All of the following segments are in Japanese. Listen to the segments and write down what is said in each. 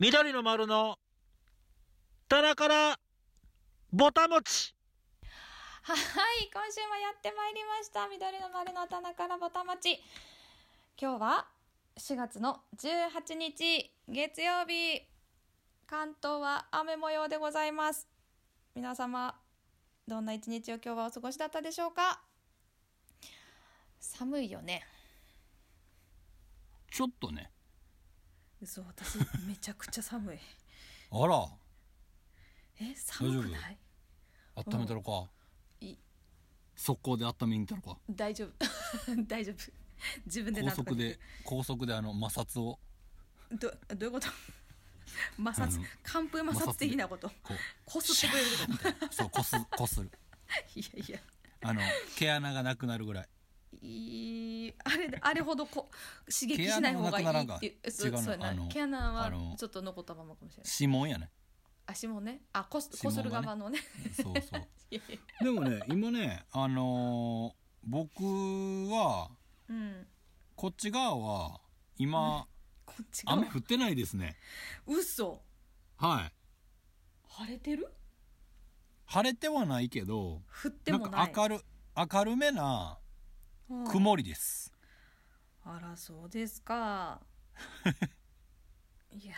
緑の丸の棚からぼたもちはい、今週もやってまいりました。緑の丸の棚からぼたまち。今日は4月の18日月曜日。関東は雨模様でございます。皆様、どんな一日を今日はお過ごしだったでしょうか寒いよね。ちょっとね嘘、私めちゃくちゃ寒い。あら え、寒くない温めたのかい速攻で温めに行ったのか大丈夫。 大丈夫。自分高速で高速であの摩擦をどどういうこと 摩あ擦の寒風摩摩擦擦的なことここすってくれるこうみたいなそうこす こするといやいや あの毛穴がなくなるぐらいいいあれあれほどこ刺激毛し穴ないも方ながくいならんいかっていうそう違うのそうやあなの毛穴あはのちょっと残ったままかもしれない指紋やね足もねあこす指こ紋すがねる側のねそうそういやいやでもね今ねあのー僕は うんこっち側は今こっち側雨降ってないですね嘘はい晴れてる晴れてはないけど降ってもななんいか明る明るめなうん曇りです、あらそうですか いや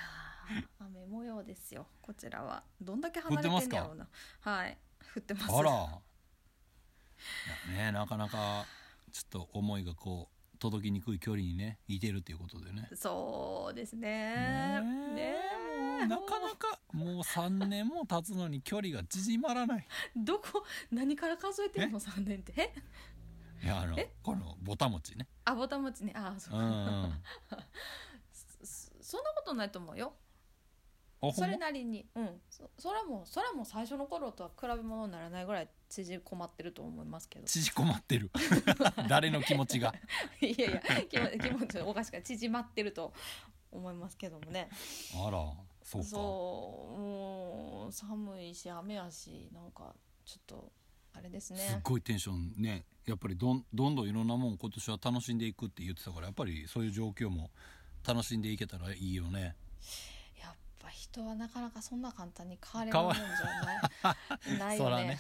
ー雨模様ですよこちらはどんだけ離れてんだろうなはい降ってますあらいやねなかなかちょっと思いがこう届きにくい距離にねいてるということでねそうですねねえねえもうなかなかもう3年も経つのに距離が縮まらないどこ何から数えてんの3年ってえいやあのえこのぼたもちねあぼたもちねあうそんううんあそそんなことないと思うよほんそまれなりにうんそそれもそれも最初の頃とは比べ物にならないぐらい縮こまってると思いますけど縮こまってる 誰の気持ちが いやいや気持気持ちおかしくない縮まってると思いますけどもねあらそうかそうもう寒いし雨やしなんかちょっとあれですすっねごいテンションねやっぱりどんどんどんいろんなもん今年は楽しんでいくって言ってたからやっぱりそういう状況も楽しんでいけたらいいよねやっぱ人はなかなかそんな簡単に変われるもんじゃない ないよね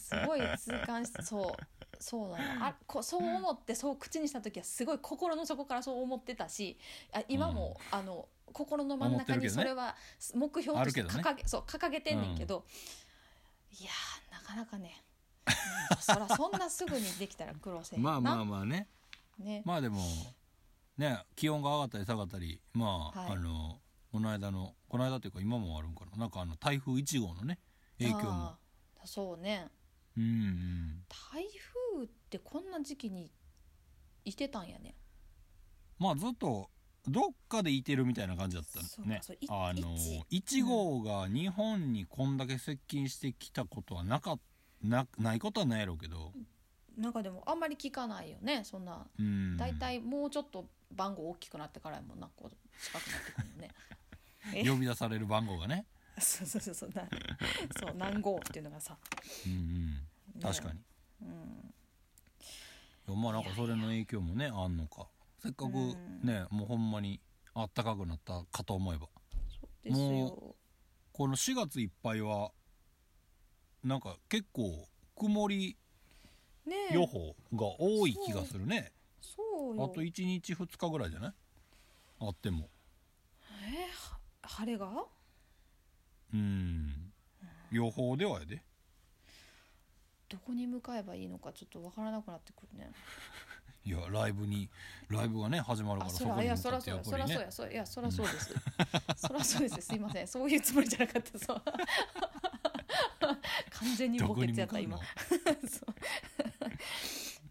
すごい痛感しそうそうなのあこそう思ってそう口にした時はすごい心の底からそう思ってたしあ今も、あの心の真ん中思ってるけどにそねれは目標としてあるけどね掲げ,、そう掲げてんねんけど、いやーなかなかねうんそらそんなすぐにできたら苦労せんよ まあなまあまあねね、まあでもね気温が上がったり下がったりまあ、はいあのこの間のこの間というか今もあるんかななんかあの台風1号のね影響もあーそうねうんうん台風ってこんな時期にいてたんやねまあずっとどっかでいてるみたいな感じだったそうねかそういあの一1号が日本にこんだけ接近してきたことはなかなないことはないやろうけど、なんかでもあんまり聞かないよねそんなうん、大体もうちょっと番号大きくなってからやもんなこう近くなってくるよねえ呼び出される番号がね、 そうそうそうそう なそう何号っていうのがさ、うんうん、ね確かに、うん、いやまあなんかそれの影響もねあんのかせっかくうんね、もうほんまにあったかくなったかと思えばそうですよこの4月いっぱいはなんか結構曇りねえ予報が多い気がするね、そうよあと1日2日ぐらいじゃないあってもえーは晴れがうん予報ではやでどこに向かえばいいのかちょっとわからなくなってくるねいやライブにライブがね始まるかあらそそこらいにや向そからってそうややっそぱりらそうねやそいやそらそうですそらそうですすいませんそういうつもりじゃなかったそう 完全にどボこケにツや向っかたう今のそ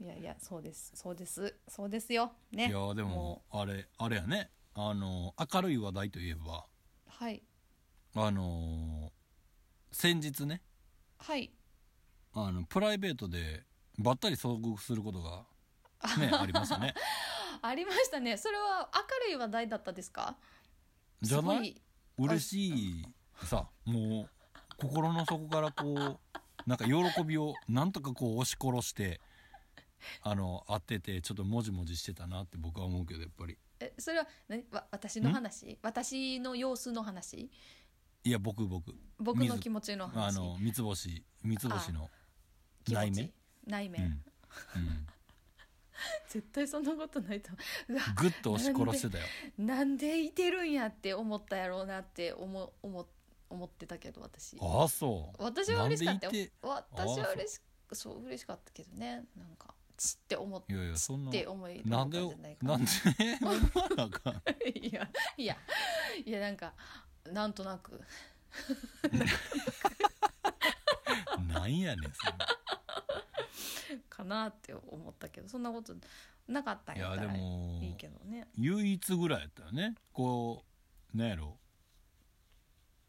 ういやいやそうですそうですそうですよねいやでもあれあれやねあの明るい話題といえばうはいあの先日ねはいあのプライベートでばったり遭遇することが ねありましたねありましたねそれは明るい話題だったですかじゃなすごい嬉しいさもう心の底からこうなんか喜びをなんとかこう押し殺してあの当ててちょっともじもじしてたなって僕は思うけどやっぱりえそれは何わ私の話私の様子の話いや僕僕僕の気持ちの話あの三つ星三つ星の気持ち内面内うん面、うん絶対そんなことないとうわぐっと押し殺してたよなんでいてるんやって思ったやろうなって思思思ってたけど私ああそう私は嬉しかったなんでいよて私は嬉しそう嬉しかったけどねなんかちって思っいやいやそんなて思いな思んっでたんじゃないかななんで なんか いやいやいやなんかなんとなくなんやねんそれかなって思ったけどそんなことなかったんいややったでらいもいけどね唯一ぐらいやったよねこうなんやろ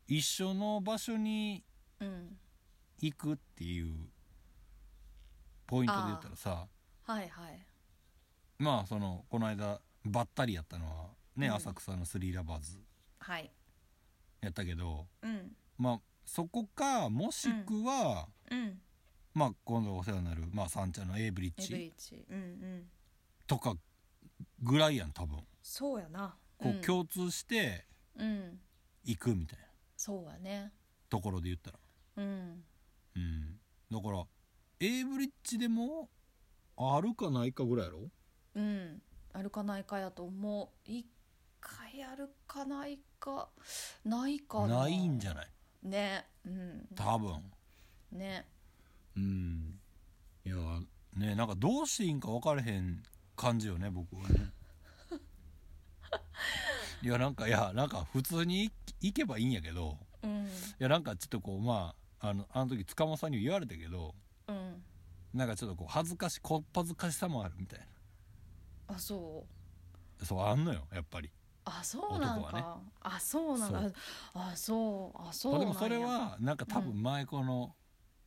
一緒の場所にうん行くっていうポイントで言ったらさはいはいまあそのこの間ばったりやったのはね、うん浅草のスリーラバーズはいやったけどうんまあそこかもしくは、うんまあ今度お世話になる、まあ、三茶の A ブリッエブジリッジうんうんとかぐらいやん多分そうやなこんう共通してうん行くみたいなそうやねところで言ったらうんうんだから A ブリッジでもあるかないかぐらいやろうん歩かないかやと思う一回歩かないかないかなないんじゃないねうん多分ねうんいやねなんかどうしていいんか分からへん感じよね僕はね いやなんかいやなんか普通に行けばいいんやけどうんいやなんかちょっとこうまああのあの時塚本さんに言われたけどうんなんかちょっとこう恥ずかしこっ恥ずかしさもあるみたいあそうなそうあんのよやっぱりあそうなんか、男あそうなんだそあそうあそうまあなんでやもそれはなんか多う分前この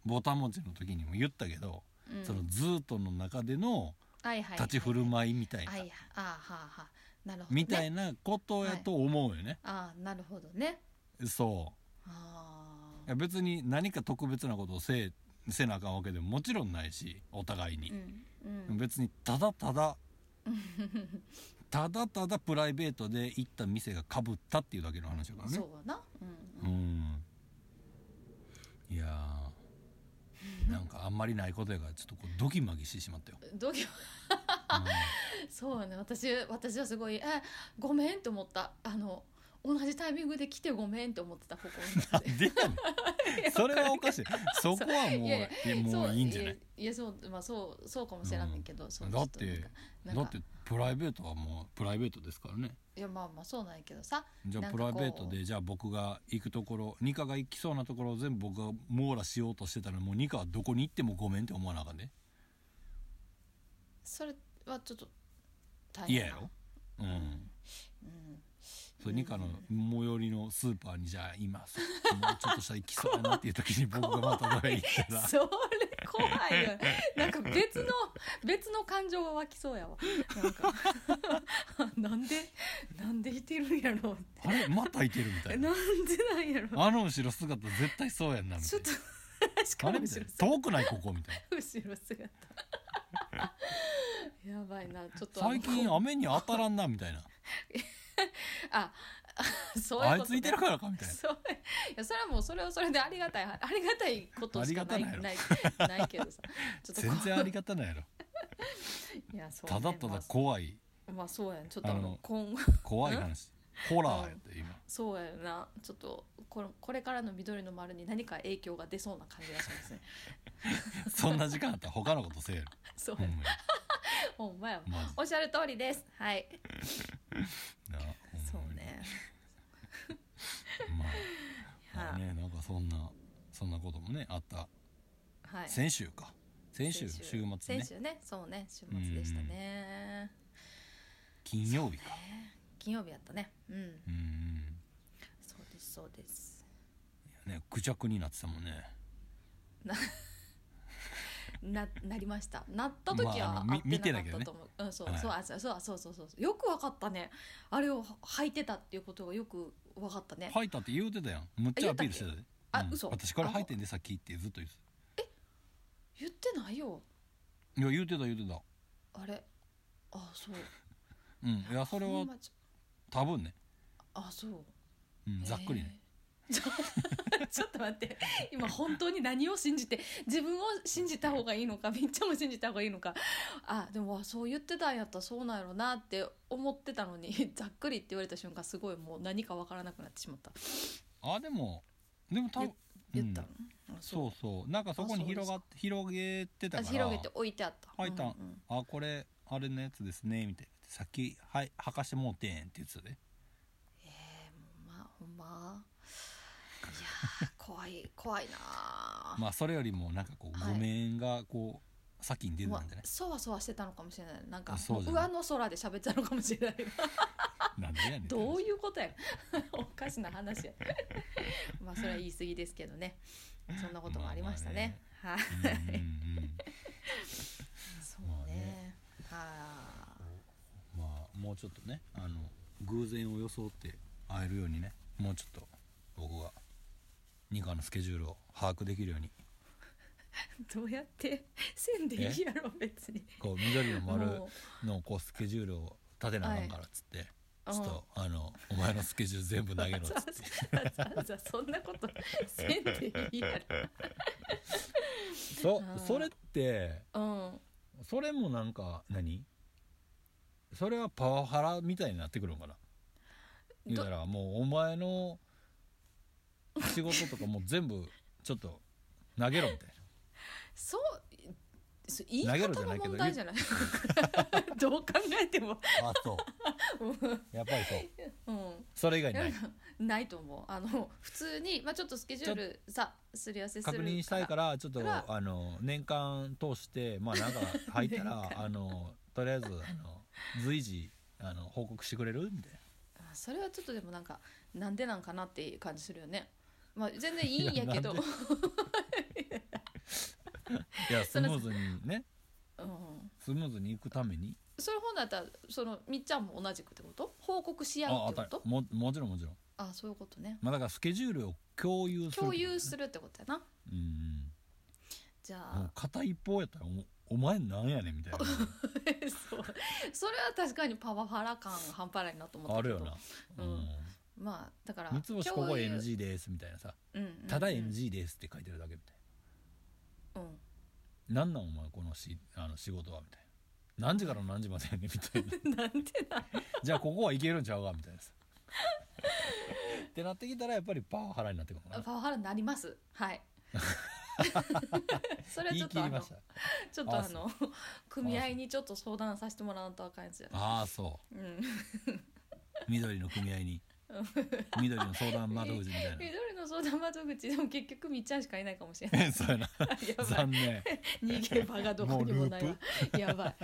ボタン持ちの時にも言ったけど、うんそのずーっとの中でのはいはい立ち振る舞いみたいな、はいはいあはあはあなるほど、ね、みたいなことやと思うよね、あなるほどねそあういや別に何か特別なことをせえせなあかんわけでももちろんないしお互いにーう、んうん別にただた だただただプライベートで行った店がかぶったっていうだけの話だからねそうやなううんんいやーなんかあんまりないことやからちょっとこうドキマギしてしま ったよ、うんどうきそうやね私私はすごいえごめんと思ったあの同じタイミングで来てごめんと思ってたここに立ってで やね んそれはおかしいそこはもういいやいややもういいんじゃない そうやいやそうまあそうそうかもしれないけど、そうだっちょてとなんかだってプライベートはもうプライベートですからねいやまあまあそうなんやけどさじゃなあんプかラこうイベートでじゃあ僕が行くところニカが行きそうなところを全部僕が網羅しようとしてたらもうニカはどこに行ってもごめんって思わなあかんねそれはちょっと大嫌なやろうんうん それニカの最寄りのスーパーにじゃあ今すもうちょっとしたら行きそうやなっていう時に僕がまたどれ行ったらそれ怖いよなんか別の別の感情が湧きそうやわなんか なんでなんでいてるんやろうって あれまた行けるみたないんなでなんやろうあの後ろ姿絶対そうやんなみちたょいっと なしかあもれ後ろみたいな姿遠くないここみたいな後ろ姿やばいなちょっとあの最近雨に当たらんなみたいなああ そういうあことねいついてるからかみたいなそういやそれはもうそれはそれでありがたいあ りがたいことしかないありがたない ないけどさちょっとこ全然ありがたないやろいやそうねただただ怖いまあ、まあそうやんちょっとああのの今後 怖い話ホラーやって今そうやなちょっとこれこれからの緑の丸に何か影響が出そうな感じがしますねそんな時間あったら他のことせえ よそうほんまにほんまやわマジおっしゃる通りですはいなそほんまうにねまあまはあい、ねなんかそんなそんなこともねあったはい、先週か先週週末ね先週ねそうね週末でしたね金曜日かね金曜日やったねうんうんそうですそうですうんねくちゃくになってたもんねななりましたなった時まああはの合みってな見てたけどかったねと思う、うんそうはいそうあそうそうそうそうそうよくわかったねあれを履いてたっていうことがよくわかったね吐いたって言うてたやんむっちゃアピールしてたであ言ううんたっけあ嘘私から吐いてんでさっきってずっと言って言ってないよたいや言うてた言うてたあれあそううんいやそれはまあち多分ね、あそううん、ざっくりね、えーちょ ちょっと待って今本当に何を信じて自分を信じた方がいいのかみっちゃんも信じた方がいいのかあでもあそう言ってたんやったらそうなんやろなって思ってたのに ざっくりって言われた瞬間すごいもう何かわからなくなってしまったあでもでも多分言ったの、うんあうそうそうなんかそこに広がっ広げてたあから広げて置いてあった置いたうんんうんあこれあれのやつですねみたいなさっき「はいはかしてもうてん」って言ってたでえー、もうまあほんまいやー怖い 怖いなあまあそれよりもなんかこうはいごめんがこう先に出てたんじゃない、そわそわしてたのかもしれないなんかあそうじゃない上の空で喋ってたのかもしれないなんでやねんってどう話いうことやおかしな話やまあそれは言い過ぎですけどねそんなこともありましたね,、うんうんうんはい、まあねそうねはまあもうちょっとねあの偶然を装って会えるようにねもうちょっと僕がニカのスケジュールを把握できるようにいどうやってせんでいいやろ別にこう緑の丸ものこうスケジュールを立てなあかんからっつって、うちょっとあのお前のスケジュール全部投げろっつってざざざそんなことせんでいいや そあーそれってろうんそれもなんか何それはパワハラみたいになってくるのかな言うたらもうお前の仕事とかもう全部ちょっと投げろみたいな。そうそう言い投げろ方じゃなのいけど問題じゃないどう考えてもあそうやっぱりそう うんそれ以外ないないと思うあの普通に、まあ、ちょっとスケジュールさすり合わせする確認したいかららちょっとからあの年間通してまあなんか入 ったらあのとりあえずあの随時あの報告してくれるみたいなあそれはちょっとでもなんかなんでなんかなっていう感じするよね、ま あ、全然いいんやけどいやなんでいやスそムのーズにね うん、スムーズに行くためにそれ本だったらそのみっちゃんも同じくってこと報告し合ああうってこたとももちろんもちろんあそういうことねまあだからスケジュールを共有する共有るするってことやなうんじゃうんもうあ片一方やったらおお前なんやねんみた いそうそれは確かにパワハラ感が半端ないなと思っなたあけるどよなうんまあだから三つ星ここ共有 NG ですみたいなさうんうんうんただ NG ですって書いてるだけみたいなうん なんなんお前このしあの仕事はみたいな何時から何時までやねんみた いななんでなじゃあここはいけるんちゃうかみたいなさってなってきたらやっぱりパワハラになってくるのかパワハラになりますはいそれな言いはちょっ切とありまのしたちょっとああの組合にちょっと相談させてもらわんとあかんやつじゃないああそうん、う緑の組合 に緑の相談窓口みたい緑の相談窓口でも結局みっちゃんしかいないかもしれないな そうやなやばい残 念逃げ場がどこにもないもわやばい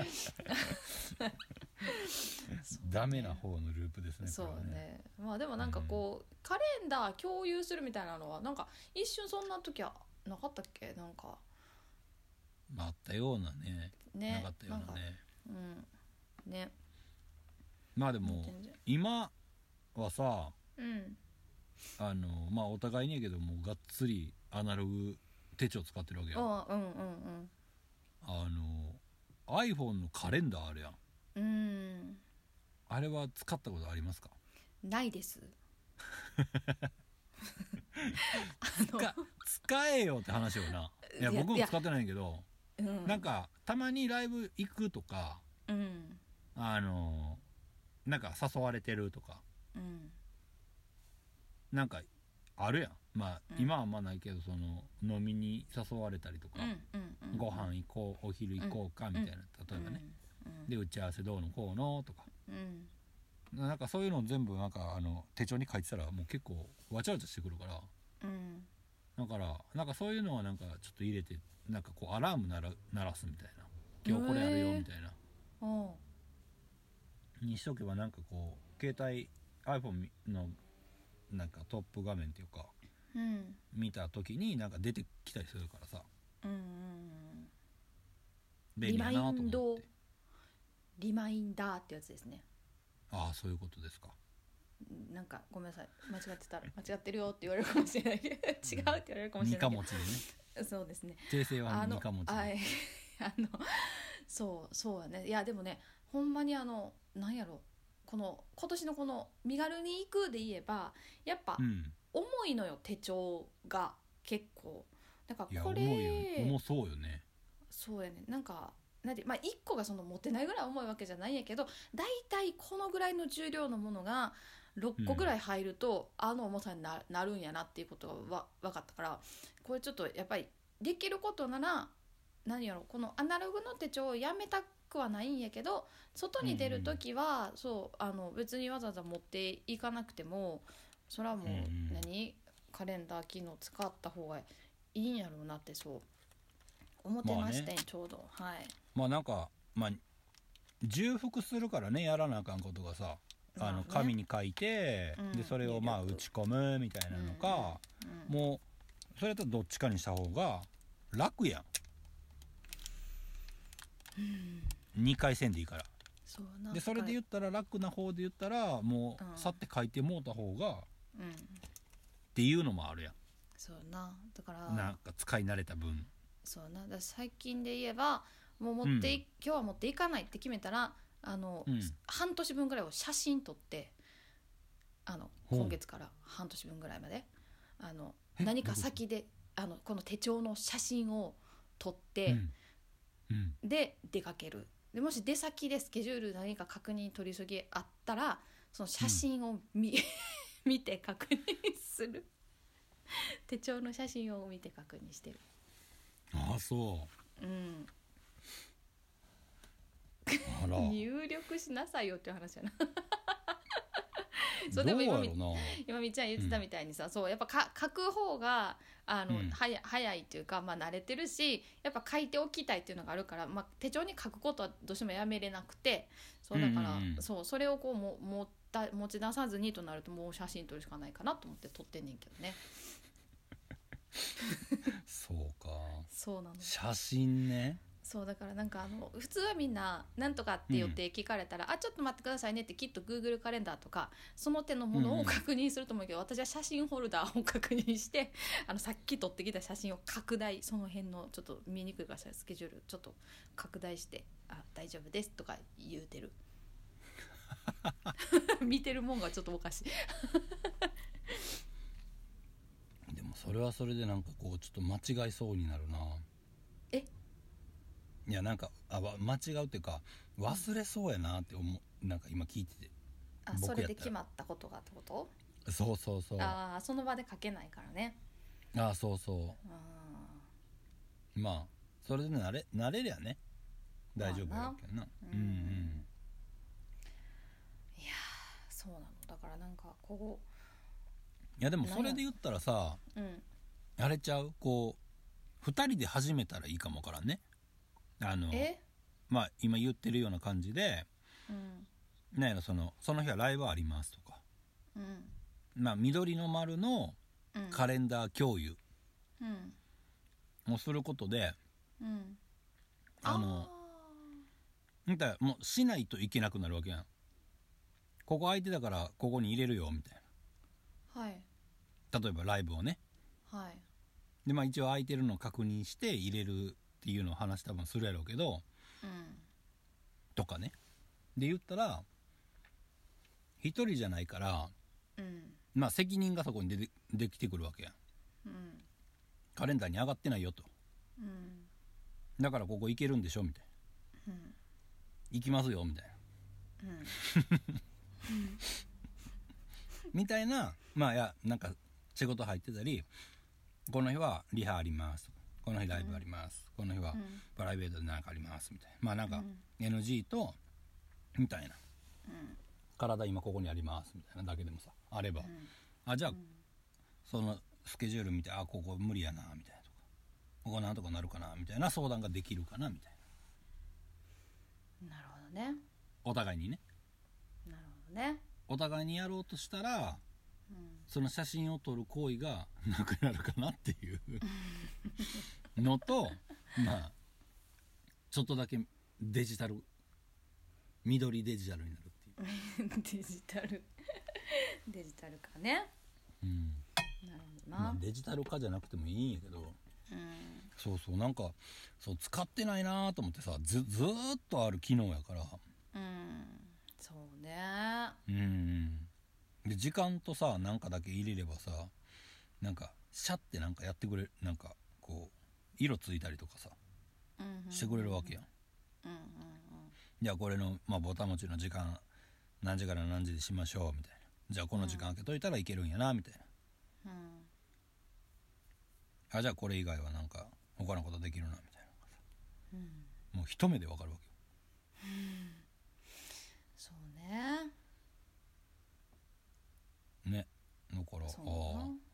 ダメな方のループですねそこうれはねまあでもなんかこう、カレンダー共有するみたいなのはなんか一瞬そんな時はなかったっけなんかまああったようなねねなかったようななんかねうんねまあでも全然今はさうんあのまあお互いにやけどもうがっつりアナログ手帳使ってるわけよああうんうんあの iPhone のカレンダーあるやんうんうんあれは使ったことありますかないです 使使えよって話よないいやや僕いもや使ってないけどうんなんかたまにライブ行くとかうんあのなんか誘われてるとかうんなんかあるやんまあ、うん今はあんまないけどその飲みに誘われたりとかう、んうんうんご飯行こうお昼行こうかみたいな、例えばね、うんで打ち合わせどうのこうのとかうんなんかそういうのを全部なんかあの手帳に書いてたらもう結構わちゃわちゃしてくるからうんだからなんかそういうのはなんかちょっと入れてなんかこうアラーム鳴ら鳴らすみたいな今日これやるよへえみたいな、おうにしとけばなんかこう携帯 iPhone のなんかトップ画面っていうかうん見た時になんか出てきたりするからさうんうんうん便利やなリマインと思っドてリマインダーってやつですねああそういうことですかなんかごめんなさい間違ってたら間違ってるよって言われるかもしれないけど違うって言われるかもし二れな貨い持ちでねけどそうですね訂正はあ二の貨持ち あでいあのそうそうやねいやでもねほんまにあのなんやろこの今年のこの「身軽に行く」で言えばやっぱうん重いのよ手帳が結構だかいらやこ重れいよ重そうよねそうやねなんかなんでまあ、1個がその持てないぐらい重いわけじゃないんやけどだいたいこのぐらいの重量のものが6個ぐらい入ると、あの重さにななるんやなっていうことがわ分かったからこれちょっとやっぱりできることなら何やろこのアナログの手帳をやめたくはないんやけど外に出る時は、そうあの別にわざわざ持っていかなくてもそれはもううんうん何、カレンダー機能使った方がいいんやろうなってそう思ってましたね,、ちょうどはいまあなんかまあ重複するからねやらなあかんことがさあまのね紙に書いて、うんでそれをまあ入打力ち込むみたいなのか、うんもうそれとどっちかにした方が楽やん、2回線でいいからそうやなでそれで言ったら楽な方で言ったらもうんう去って書いてもうた方がっうんていうのもあるやんそうやなだからなんか使い慣れた分そうやなだから最近で言えばもう持ってい、うん今日は持っていかないって決めたらあの、うん半年分ぐらいを写真撮ってあのほう今月から半年分ぐらいまであのえ何どかういうこと先であのこの手帳の写真を撮っうて、んうんで出かけるでもし出先でスケジュール何か確認取り急ぎあったらその写真を見, 、 見て確認する手帳の写真を見て確認してるああそうんうあら入力しなさいよっていう話やなそうでもどう今やみろうな今みっちゃん言ってたみたいにさ、そうやっぱか書く方があの、うんはや早いっていうか、まあ、慣れてるしやっぱ書いておきたいっていうのがあるから、まあ、手帳に書くことはどうしてもやめれなくてそうだから、うんうんうんそうそれをこうも持った持ち出さずにとなるともう写真撮るしかないかなと思って撮ってんねんけどねそうかそうなの写真ねそうだからなんかあの普通はみんな「なんとか」って予定聞かれたら「あちょっと待ってくださいね」ってきっと Google カレンダーとかその手のもうのんうをん確認すると思うけど、私は写真ホルダーを確認してあのさっき撮ってきた写真を拡大その辺のちょっと見にくいからさスケジュールちょっと拡大して「あ大丈夫です」とか言うてる 見てるもんがちょっとおかしいでもそれはそれでなんかこうちょっと間違いそうになるなえいやなんかあわ間違うっていうか忘れそうやなって思うなんか今聞いててあ僕それやったでら決まったことがってことそうそうそうあああその場で書けないからねあそうそあうーまあそれで慣れ慣れりゃね大丈夫まあやなけどな、うんうんうんそうなのだからなんかこいやでもそれで言ったらさううんあれちゃうこう2人で始めたらいいかもわからんねあのえまあ今言ってるような感じでうんなんやろそのその日はライブありますとかうんまあ緑の丸のうんカレンダー共有うんをすることでうんあのなんかもうしないといけなくなるわけやんここ空いてたからここに入れるよみたいあーはいな例えばライブをねはいでまあ一応空いてるのを確認して入れるっていうのを話多分するやろうけどうんとかねで言ったら一人じゃないからうんまあ責任がそこに出てできてくるわけやんうんカレンダーに上がってないよとうんだからここ行けるんでしょみたいなうん行きますよみたいなうんみたいなまあいやなんか仕事入ってたりこの日はリハありますこの日ライブあります、この日はうんプライベートで何かありますみたいなまあなんうかん NG とみたいなうん体今ここにありますみたいなだけでもさあれば、んあじゃあ、んそのスケジュール見てあここ無理やなみたいなとかここなんとかなるかなみたいな相談ができるかなみたいななるほどねお互いにねなるほどねお互いにやろうとしたらうんその写真を撮る行為がなくなるかなっていうのとまあちょっとだけデジタル緑デジタルになるっていう、デジタルデジタルかねうんなるほどまあな、デジタル化じゃなくてもいいんやけどうんそうそうなんかそう使ってないなと思ってさずずーっとある機能やからうんうんで時間とさなんかだけ入れればさなんかシャッてなんかやってくれるなんかこう色ついたりとかさうんうんしてくれるわけやんうんうんじゃあこれの、まあ、ボタン持ちの時間何時から何時でしましょうみたいなじゃあこの時間空けといたらいけるんやなみたいな、うんうんあじゃあこれ以外はなんか他のことできるなみたいなうんもう一目でわかるわけよそうねねだからそうあ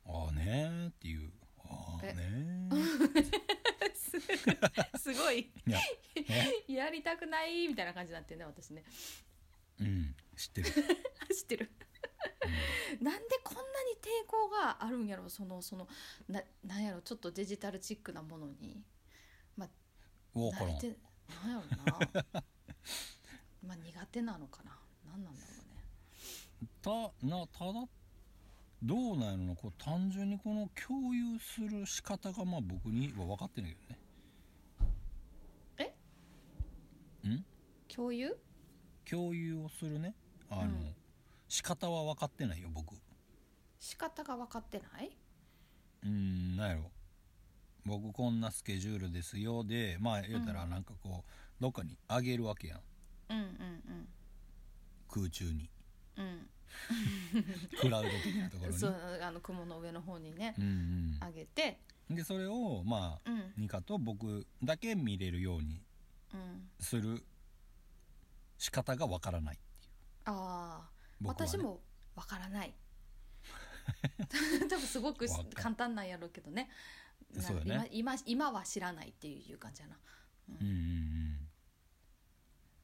あああねーっていうああえねーすごいいやえやりたくないみたいな感じになってるね私ねうん知ってる、知ってるなんでこんなに抵抗があるんやろそのそのななんやろちょっとデジタルチックなものにうん、分か慣られんてなんやろな まあ苦手なのかななんなんだろうねたなただどうなんやろなこう単純にこの共有する仕方がまあ僕には分かってないけどねえん共有共有をするねあの、うん仕方は分かってないよ僕仕方が分かってないうんなんやろ僕こんなスケジュールですよでまあ言うたらうんなんかこうどっかにあげるわけやんうんうん空中にうんうんクラウド的なところに そうあの雲の上の方にねうん上げてうん、でそれをまあうんニカと僕だけ見れるようにうんする仕方がわからないああ、僕は、ね、私もわからない多分すごくわかん簡単なんやろうけどねなそうだね今今今は知らないっていう感じやなうんうん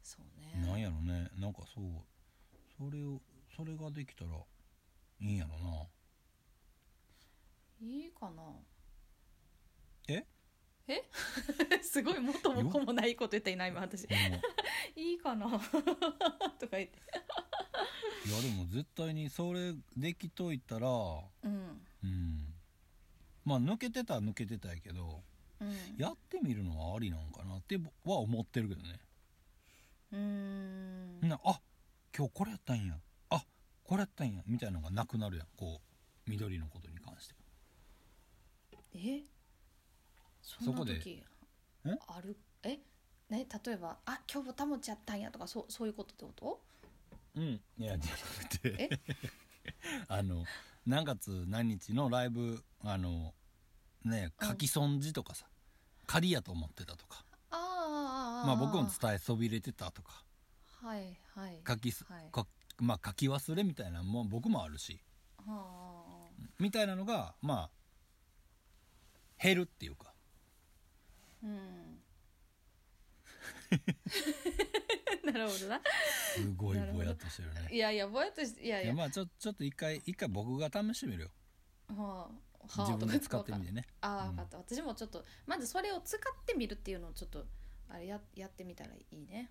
そううん、なんねやろねなんかそうそれをそれができたらいいんやろないいかなええ すごい元も子もないこと言った今今私でもいいかな とか言っていやでも絶対にそれできといたらうんうんまあ抜けてたら抜けてたやけどうんやってみるのはありなんかなっては思ってるけどねうーんなあ今日これやったんやあこれやったんやみたいなのがなくなるやんこう緑のことに関してえそそんなこで時んあるえね例えば「あ今日ボタン持ちやったんや」とかそうそういうことってことうんいやじゃなくてえ あの何月何日のライブあのねうん書き損じとかさ仮やと思ってたとかあーあーあーまあ僕も伝えそびれてたとかはいはい書きす、はいかまあ書き忘れみたいなのも僕もあるしあーあーみたいなのがまあ減るっていうかうん なるほどなすごいなるほどぼやっとしてるねいやいやぼやっとしていやいいややまあちょちょっと一回一回僕が試してみるよはあはあ自分で使とっかてみてねああうん分かった、私もちょっとまずそれを使ってみるっていうのをちょっとあれややってみたらいいね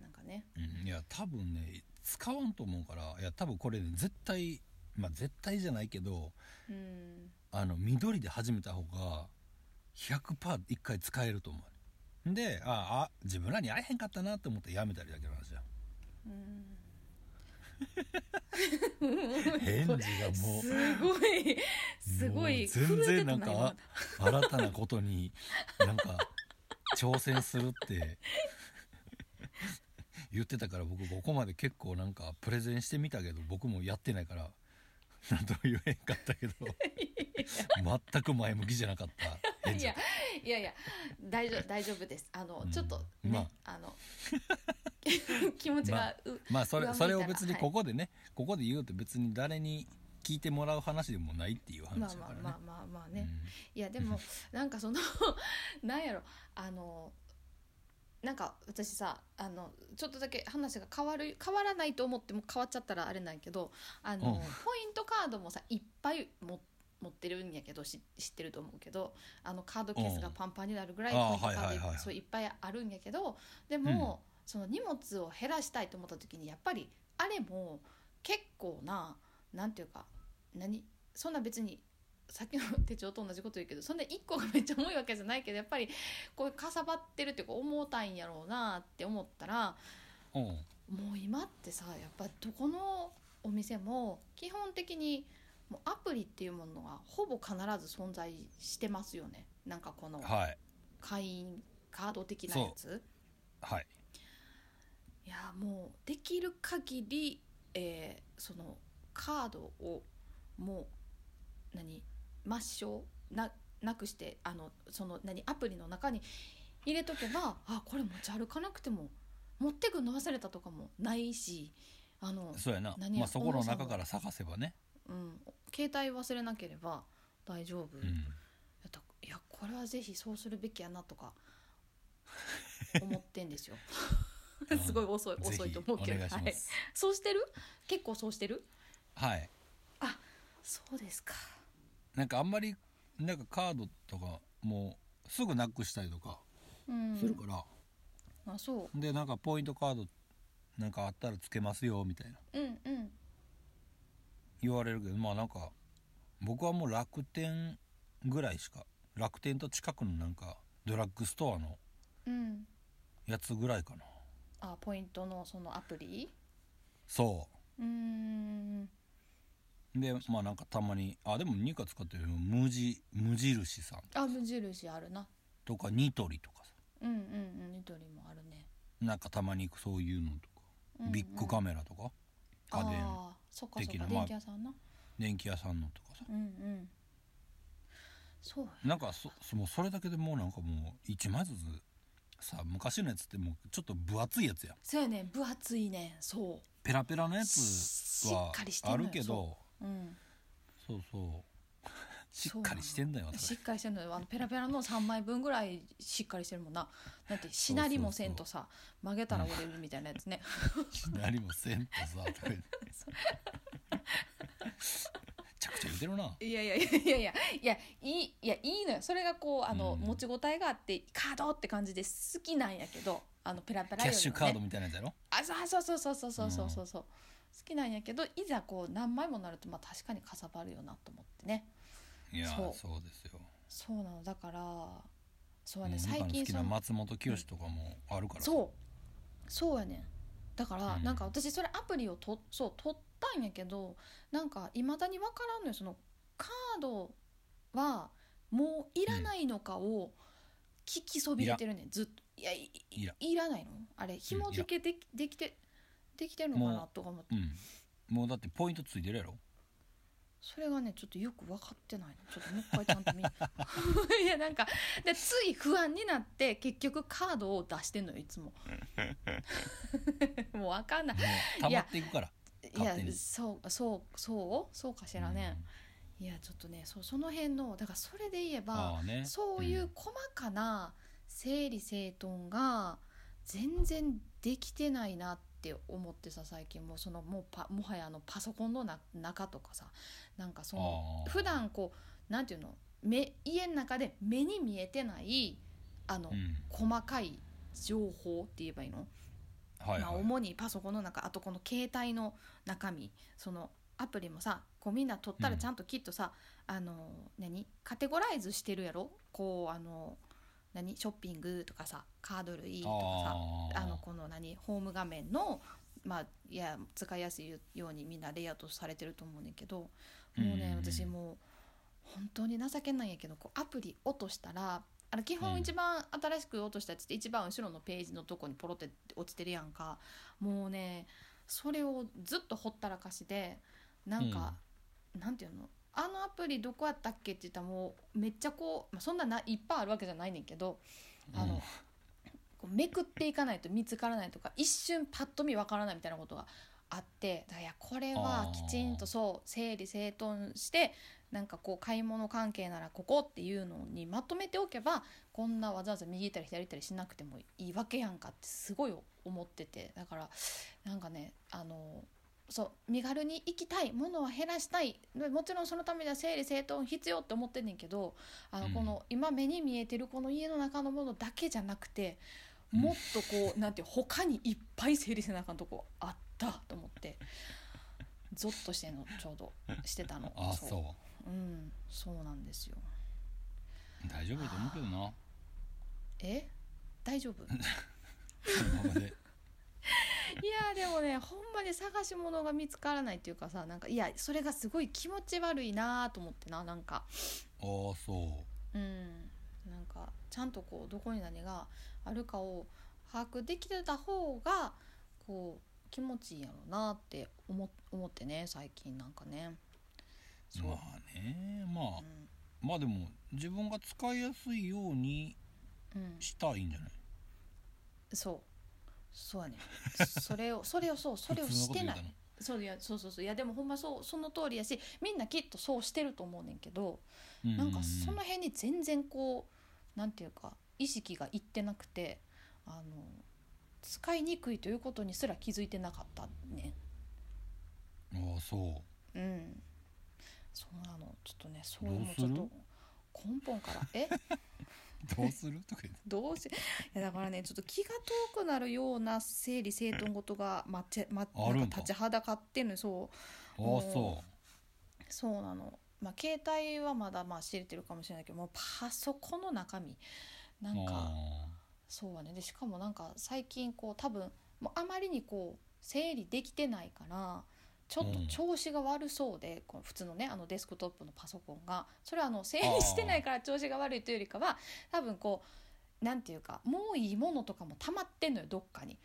なんかねうんいや多分ね使わんと思うからいや多分これね絶対まあ絶対じゃないけどうんあの緑で始めた方が100%一回使えると思うでああ自分らに会えへんかったなって思ってやめたりだけの 話じゃん うん 返事がもうすごいすごもい全然なん狂っかてあ新たなことになんか挑戦するって 言ってたから僕ここまで結構なんかプレゼンしてみたけど僕もやってないから何とも言えんかったけど全く前向きじゃなかったた返い事やいやいや大丈夫大丈夫ですあの、うんちょっとね、まあの 気持ちが、うまあそれ上向いそたられを別にはいここでね、ここで言うと別に誰に聞いてもらう話でもないっていうまあ話だまかあらね。まあまあまあね、いやでもなんかその なんやろあのなんか私さあのちょっとだけ話が変わる変わらないと思っても変わっちゃったらあれなんやけどあの、うんポイントカードもさいっぱいも持ってるんやけどし知ってると思うけどあのカードケースがパンパンになるぐらいうんポイントカあーはいはいーはいはドいそういっぱいあるんやけどでも、その荷物を減らしたいと思った時にやっぱりあれも結構ななんていうか何そんな別にさっきの手帳と同じこと言うけどそんな1個がめっちゃ重いわけじゃないけどやっぱりこうかさばってるっていうか重たいんやろうなって思ったらうんうんもう今ってさやっぱどこのお店も基本的にもうアプリっていうものがほぼ必ず存在してますよねなんかこのはい会員カード的なやつはいいやもうできる限り、えーそのカードをもう何抹消ななくしてあのその何アプリの中に入れとけばあこれ持ち歩かなくても持ってくの忘れたとかもないしあの、そうやな何やまあそこの小野さん中もから探せばねうん、携帯忘れなければ大丈夫、うやっんたいやこれはぜひそうするべきやなとか思ってんですよ すごい遅いぜひ遅いと思うけおど願いしはまいすそうしてる結構そうしてるはいそうですかなんかあんまりなんかカードとかもうすぐなくしたりとかうんするから、あそでなんかポイントカードなんかあったらつけますよみたいなううんうん言われるけどまあなんか僕はもう楽天ぐらいしか楽天と近くのなんかドラッグストアのうんやつぐらいかなあポイントのそのアプリそうーんうでまあなんかたまにあでも2か使ってるよ無地無印さんあ無印あるなとかニトリとかさうんうんうんニトリもあるね、なんかたまに行くそういうのとか、うんうんビッグカメラとか家電あーそっかそっ的かなまあ電気屋さんな、電気屋さんのとかさうんうんそうやなんかそそもうそれだけでもうなんかもう1枚ずつさ昔のやつってもうちょっと分厚いやつやんそうやねん分厚いねんそペラペラのやつしはっかりしてんあのよるけどううんそうそうしっかりしてんだよし私っかりしてるのよあのペラペラの3枚分ぐらいしっかりしてるもんなだってしなりもせんとさ曲げたら折れるみたいなやつね何もせん とさとか言ってめちゃくちゃ言ってるないやいやいやいやいやいいいやいいのよそれがこうあの、うん持ちごたえがあってカードって感じで好きなんやけどあのペラペラキャよりも、ね、ッシュカードみたいなやつやろあそうそうそうそうそうそうそうそう、好きなんやけどいざこう何枚もなるとまあ確かにかさばるよなと思ってねいやそそううですよそうなのだからそうやもうね最僕の近好そきなの松本清とかもあるからそうそうやねんだから、うんなんか私それアプリをとそう取ったんやけどなんかいまだに分からんのよそのカードはもういらないのかを聞きそびれてるねん、ずっといやいいらいらないのあれ紐付けでき,、できてできてるのかもなうとか思ってうんもうだってポイントついてるやろそれがねちょっとよく分かってないのちょっともう一回ちゃんと見 いやなんかでつい不安になって結局カードを出してんのよ いつも もう分 かんないもう溜まっていくからいや勝手にそうそうそうそうかしらね、いやちょっとねそうその辺のだからそれで言えうんば、ああねそういうん細かな整理整頓が全然できてないなって思ってさ最近もうそのもうパもはやあのパソコンのな中とかさなんかそのあー普段こうなんていうの目家の中で目に見えてないあの、うん細かい情報って言えばいいのはいまあ、はい主にパソコンの中あとこの携帯の中身そのアプリもさこうみんな取ったらうんちゃんときっとさ、あの何カテゴライズしてるやろこうあの何ショッピングとかさカード類とかさああーのこの何ホーム画面の、まあ、いや使いやすいようにみんなレイアウトされてると思うんだけどもうね、うん私もう本当に情けないんやけどこうアプリ落としたらあの基う本ん一番新しく落としたやつって一番後ろのページのとこにポロって落ちてるやんかもうねそれをずっとほったらかしでなんか、なんていうのあのアプリどこやったっけって言ったらもうめっちゃこう、まあ、そんなないっぱいあるわけじゃないねんけどあの、うんこうめくっていかないと見つからないとか一瞬パッと見わからないみたいなことがあってだからいやこれはあーきちんとそう整理整頓してなんかこう買い物関係ならここっていうのにまとめておけばこんなわざわざ右行ったり左行ったりしなくてもいいわけやんかってすごい思っててだからなんかねあのそう身軽に行きたいものは減らしたいでもちろんそのためには整理整頓必要って思ってんねんけどあの、うんこの今目に見えてるこの家の中のものだけじゃなくてもっとこうなんて他にいっぱい整理せなあかんとこあったと思ってゾッとしてんのちょうどしてたの あそうううんそうなんですよ大丈夫だと思うけどなえ大丈夫 そのままでやでもねほんまに探し物が見つからないっていうかさなんかいやそれがすごい気持ち悪いなと思ってななんああかそうんなんかちゃんとこうどこに何があるかを把握できてた方がこう気持ちいいやろうなって思思ってね最近なんかねうそう、まあねまあうんまあでも自分が使いやすいようにうん、したいんじゃないそうそうやねそれを それをそうそれを普通のしこてと言なうたいのそういやそうそうそういやでもほんまそうその通りやしみんなきっとそうしてると思うねんけどうなんかその辺に全然こうなんていうか意識がいってなくてあの使いにくいということにすら気づいてなかったねああそうんそうなのちょっとねそういうどうのすちょるっと根本からうえ どうするとか言ってどうしいやだからねちょっと気が遠くなるような整理整頓事がまっちゃまあるんなだんか立ちはだかってんのよそうああそそうなの、まあ、携帯はまだまあ知れてるかもしれないけどもうパソコンの中身なうんかあそうはねでしかもなんか最近こう多分もうあまりにこう整理できてないからちょっとうん調子が悪そうで、こう普通のねあのデスクトップのパソコンがそれはあの整理してないから調子が悪いというよりかは多分こうなんていうかもういいものとかも溜まってんのよどっかに。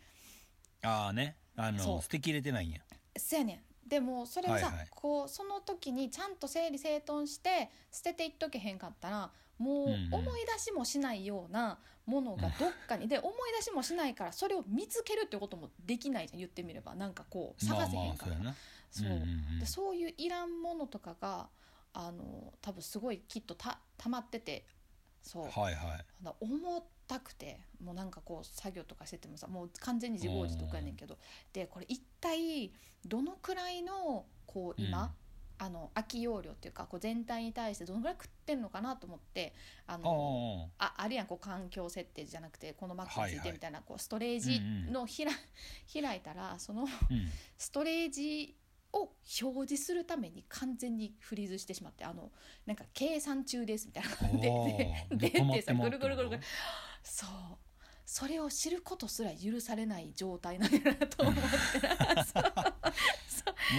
あああねあそうの捨てきれてないんやそやねんでもそれをさ、はいはいこうその時にちゃんと整理整頓して捨てていっとけへんかったらもううんうん思い出しもしないようなものがどっかに、で思い出しもしないからそれを見つけるってこともできないじゃん言ってみればなんかこう探せへんから、まあまあそそううやなうんうんうんでそういういらんものとかがあの多分すごいきっとた溜まっててそうはいはいだから重たくてもうなんかこう作業とかしててもさもう完全に自業自得やねんけどでこれ一体どのくらいのこう今、あの空き容量っていうかこう全体に対してどのくらい食ってんのかなと思ってあああのああるやんこう環境設定じゃなくてこのマックにつはいいてはいみたいな、こうストレージのひら、開いたらそのうんストレージを表示するために完全にフリーズしてしまってあのなんか計算中ですみたいな感じであーでで止までってさもぐらうるぐるぐるぐるそうそれを知ることすら許されない状態なんやなと思ってなそう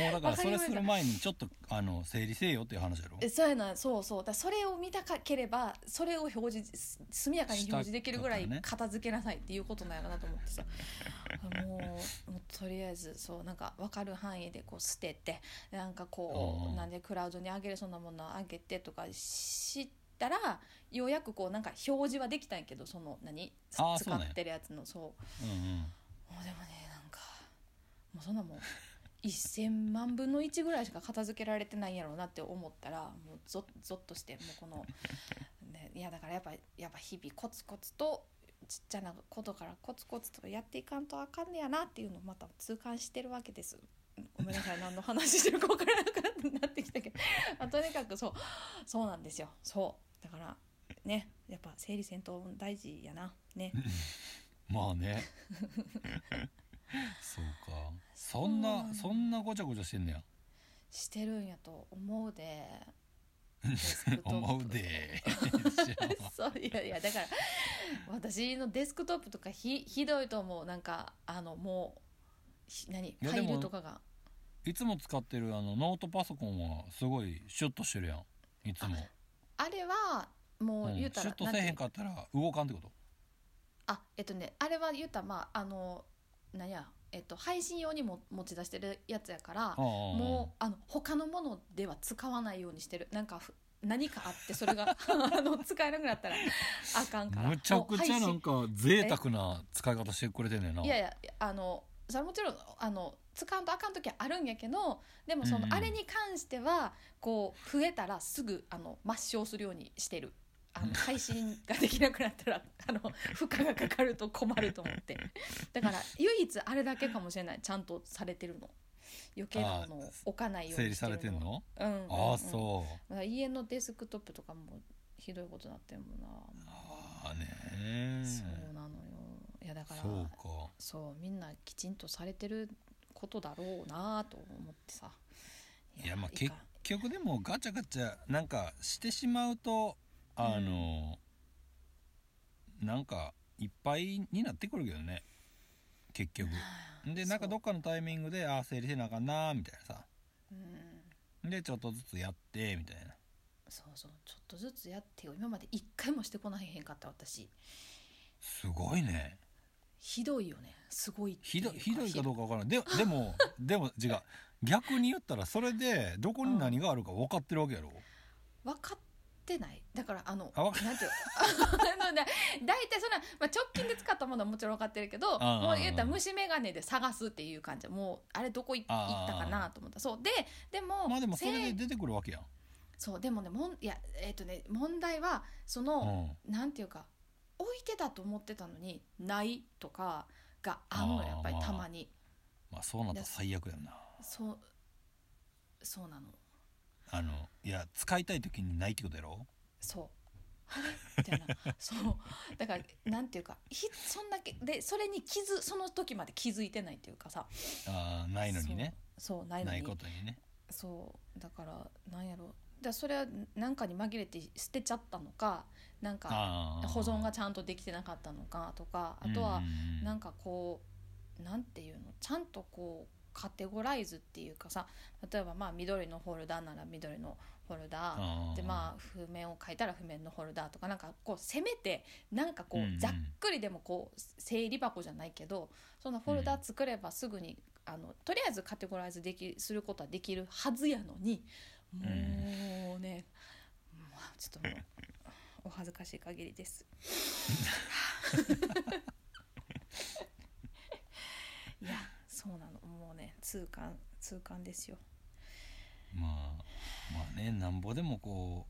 もうだからわかそりまれしすたる前にちょっとあの整理せえよっていう話やろ えそうやなそうそうだからそれを見たかければそれを表示す速やかに表示できるぐらしいたかね片付けなさいっていうことなんやろなと思ってさあもうもうとりあえずそうなんか分かる範囲でこう捨ててなんかこううんなんでクラウドに上げれそうなものを上げてとかしたらようやくこうなんか表示はできたんやけどその何使あーそうなんやってるやつのそううんうんもうでもねなんかもうそんな もう1,000万分の1ぐらいしか片付けられてないんやろうなって思ったらもうゾッゾッとしてもうこの、ね、いやだからやっぱやっぱ日々コツコツとちっちゃなことからコツコツとやっていかんとあかんねやなっていうのをまた痛感してるわけです。ごめんなさい何の話してるか分からなくなってきたけど、 まあ、とにかくそうそうなんですよそうだからねやっぱ整理整頓大事やなね。まあね そうかそんそうななのそんなごちゃごちゃしてんねやしてるんやと思うで デスクトップ思うで そういやいやだから私のデスクトップとかひひどいと思うなんかあのもうひ何フやァでもイルとかがいつも使ってるあのノートパソコンはすごいシュッとしてるやんいつも、あれはうもんうシュ言うたら、ッとなんせえてへんかったら動かんってことあえっとねあれは言うたらまああのなんやえっと配信用にも持ち出してるやつやからああもうあの他のものでは使わないようにしてるなんかふ何かあってそれが あの使えなくなったらあかんからむちゃくちゃもうな配信んか贅沢な使い方してくれてんねんないやいやあのそれはもちろんあの使うとあかん時はあるんやけどでもその、うんうんあれに関してはこう増えたらすぐあの抹消するようにしてる あの配信ができなくなったらあの負荷がかかると困ると思ってだから唯一あれだけかもしれないちゃんとされてるの余計なものを置かないよう整に理してさるれてんの、うんうんうんああそうだから家のデスクトップとかもひどいことになってるもんな、ああねそうなのよいやだからそうかそうみんなきちんとされてることだろうなと思ってさいやまあい結かん局でもガチャガチャなんかしてしまうとあの、なんかいっぱいになってくるけどね結局でそうなんかどっかのタイミングでああ整理せなあかんなみたいなさうんでちょっとずつやってみたいなそうそうちょっとずつやってよ今まで一回もしてこなへんかった私すごいねひどいよねすごいってひうどひどいかどううかわからないででもでも違う逆に言ったらそれでどこに何があるか分かってるわけやろ分かってないだからあの あわかなんていうのあのね大体そんな、まあ、直近で使ったものはもちろん分かってるけどんうんうんもう言ったら虫眼鏡で探すっていう感じもうあれどこい行あーったかなと思ったそうででもまあでもそれせでん出てくるわけやんそうでもねもんいやえっ、とね問題はそうの、んなんていうか置いてたと思ってたのにないとかがあんのよやっぱりあーたまにまあそうなったら最悪やんなそうそうなのあのいや使いたい時にないってことやろそう あれみたいなそうだからなんていうかひそんだけでそれに気づその時まで気づいてないっていうかさああないのにねそうないのないにことにねそうだからなんやろだからそれはなんかに紛れて捨てちゃったのかなんかああ保存がちゃんとできてなかったのかとかあとはなんかかこうなんていうのちゃんとこうカテゴライズっていうかさ例えばまあ緑のフォルダなら緑のフォルダでまあ譜面を書いたら譜面のフォルダとかなんかこうせめてなんかこうんうんうざっくりでもこう整理箱じゃないけどそのフォルダ作ればすぐにあのとりあえずカテゴライズできすることはできるはずやのにもうねもうちょっともうお恥ずかしい限りです。 いやそうなのもうね痛感痛感ですよ。まあまあねなんぼでもこ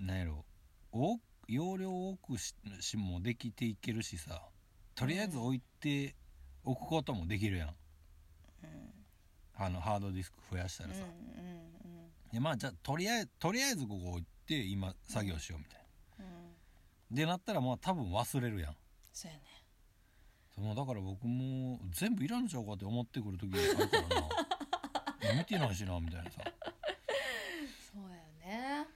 うなんやろ多く容量を多くししもできていけるしさとりあえず置いておくこともできるやん、うんあのハードディスク増やしたらさ、うんうんでまあじゃあとりあえずとりあえずここ置いて今作業しようみたいな、うんうんでなったらまあ多分忘れるやんそうやねそのだから僕も全部いらんのちゃうかって思ってくる時があるからな見てないしなみたいなさ そうやね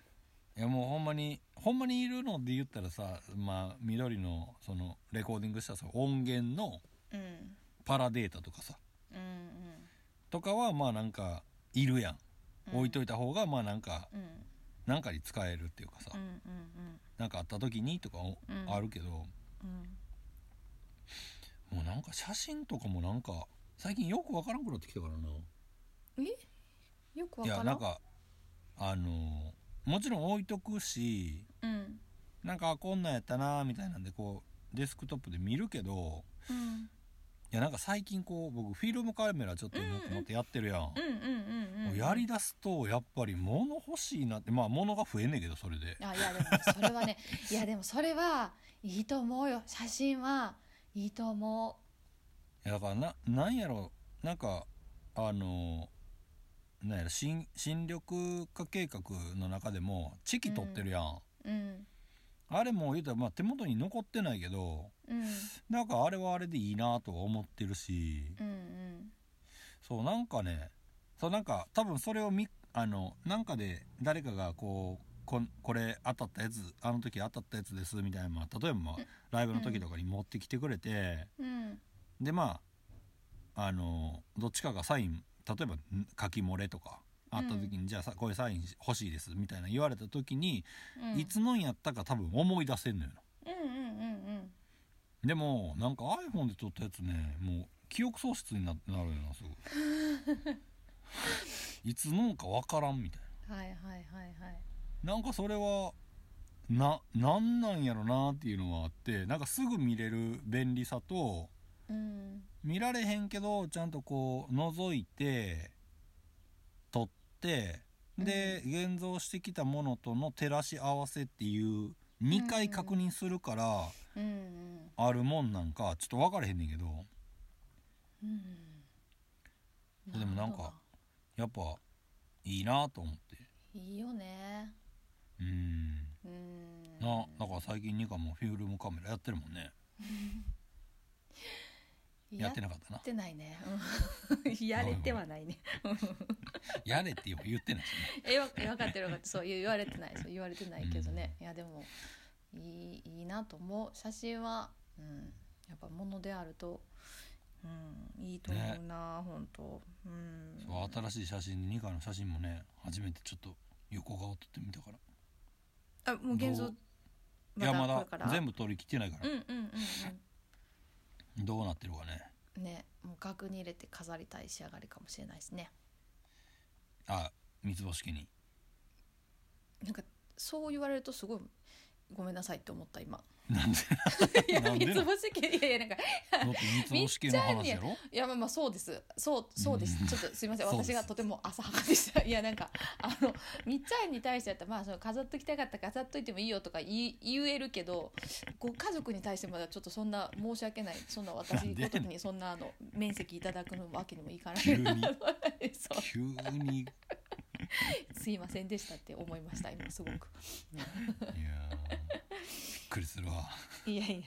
いやもうほんまにほんまにいるので言ったらさまあ緑のそのレコーディングしたその音源のうんパラデータとかさうんとかはまあなんかいるやん、うん置いといた方がまあなんかうんなんかに使えるっていうかさ、うんうんなんかあった時にとかおうんあるけど、もうんうんうなんか写真とかもなんか最近よくわからんくなってきたからなえよくわいからやなんかあのもちろん置いとくしうんなんかあこんなんやったなみたいなんでこうデスクトップで見るけどうんいやなんか最近こう僕フィルムカメラちょっとうんうん持ってやってるやん、うんうんうんもうやりだすとやっぱり物欲しいなってまあ物が増えんねんけどそれであいやでもそれはね いやでもそれはいいと思うよ写真はいいと思いやだからななんやろなんかあのなんやろ新新緑化計画の中でもチキ取ってるやん、ううんあれも言うたらまあ手元に残ってないけどうんなんかあれはあれでいいなとは思ってるし、うんそうなんかねそうなんか多分それをみあのなんかで誰かがこうこんこれ当たったやつあの時当たったやつですみたいな、まあ、例えば、まあ、ライブの時とかに持ってきてくれて、うんうんでまああのどっちかがサイン例えばん書き漏れとかあった時に、じゃあさこういうサイン欲しいですみたいな言われた時に、うんいつのんやったか多分思い出せんのよなうんうんうんでもなんか iPhone で撮ったやつねもう記憶喪失にななるよなすごいいつのんかわからんみたいうんはいはいはいはいななんかそれはななんなんやろなっていうのはあってなんかすぐ見れる便利さとうん見られへんけどちゃんとこう覗いて撮ってで、現像してきたものとの照らし合わせっていう2回確認するからうんうんあるもんなんかちょっと分からへんねんけど。うんでもなんかるほどやっぱいいなと思っていいよねうんうんなだから最近ニカもフィルムカメラやってるもんねやってなかったなやってないね。うん やれてはないね。やれって言ってないしねえ、わ分かってる分かってる、そう言う言われてない、そう言われてないけどね。いやでもいいいいなと思う。写真は、うん、やっぱものであると、うん、いいと思うな、本当うんそう新しい写真2回の写真もね初めてちょっと横顔撮ってみたからあもう現像どういやまこれからだ全部撮りきってないかうらん、うんうんどうなってるかねうんねもう額に入れて飾りたい仕上がりかもしれないですねあ三つ星家になんかそう言われるとすごいごめんなさいって思った今なんでいやなん三でつなん星家いやいやなんかだって三つ星家の話やろいやまあまあそうですそうそうです、うんちょっとすいませんそうで私すがとても浅はかでしたいやなんかあのみっちゃんに対してだったらまあその飾っときたかったら飾っといてもいいよとか言い言えるけどご家族に対してまだちょっとそんな申し訳ないそんな私ごときにそんなあの面積いただくのもわけにもいかない急にそう急にいやすいませんでしたって思いました今すごくーびっくりするわいやいや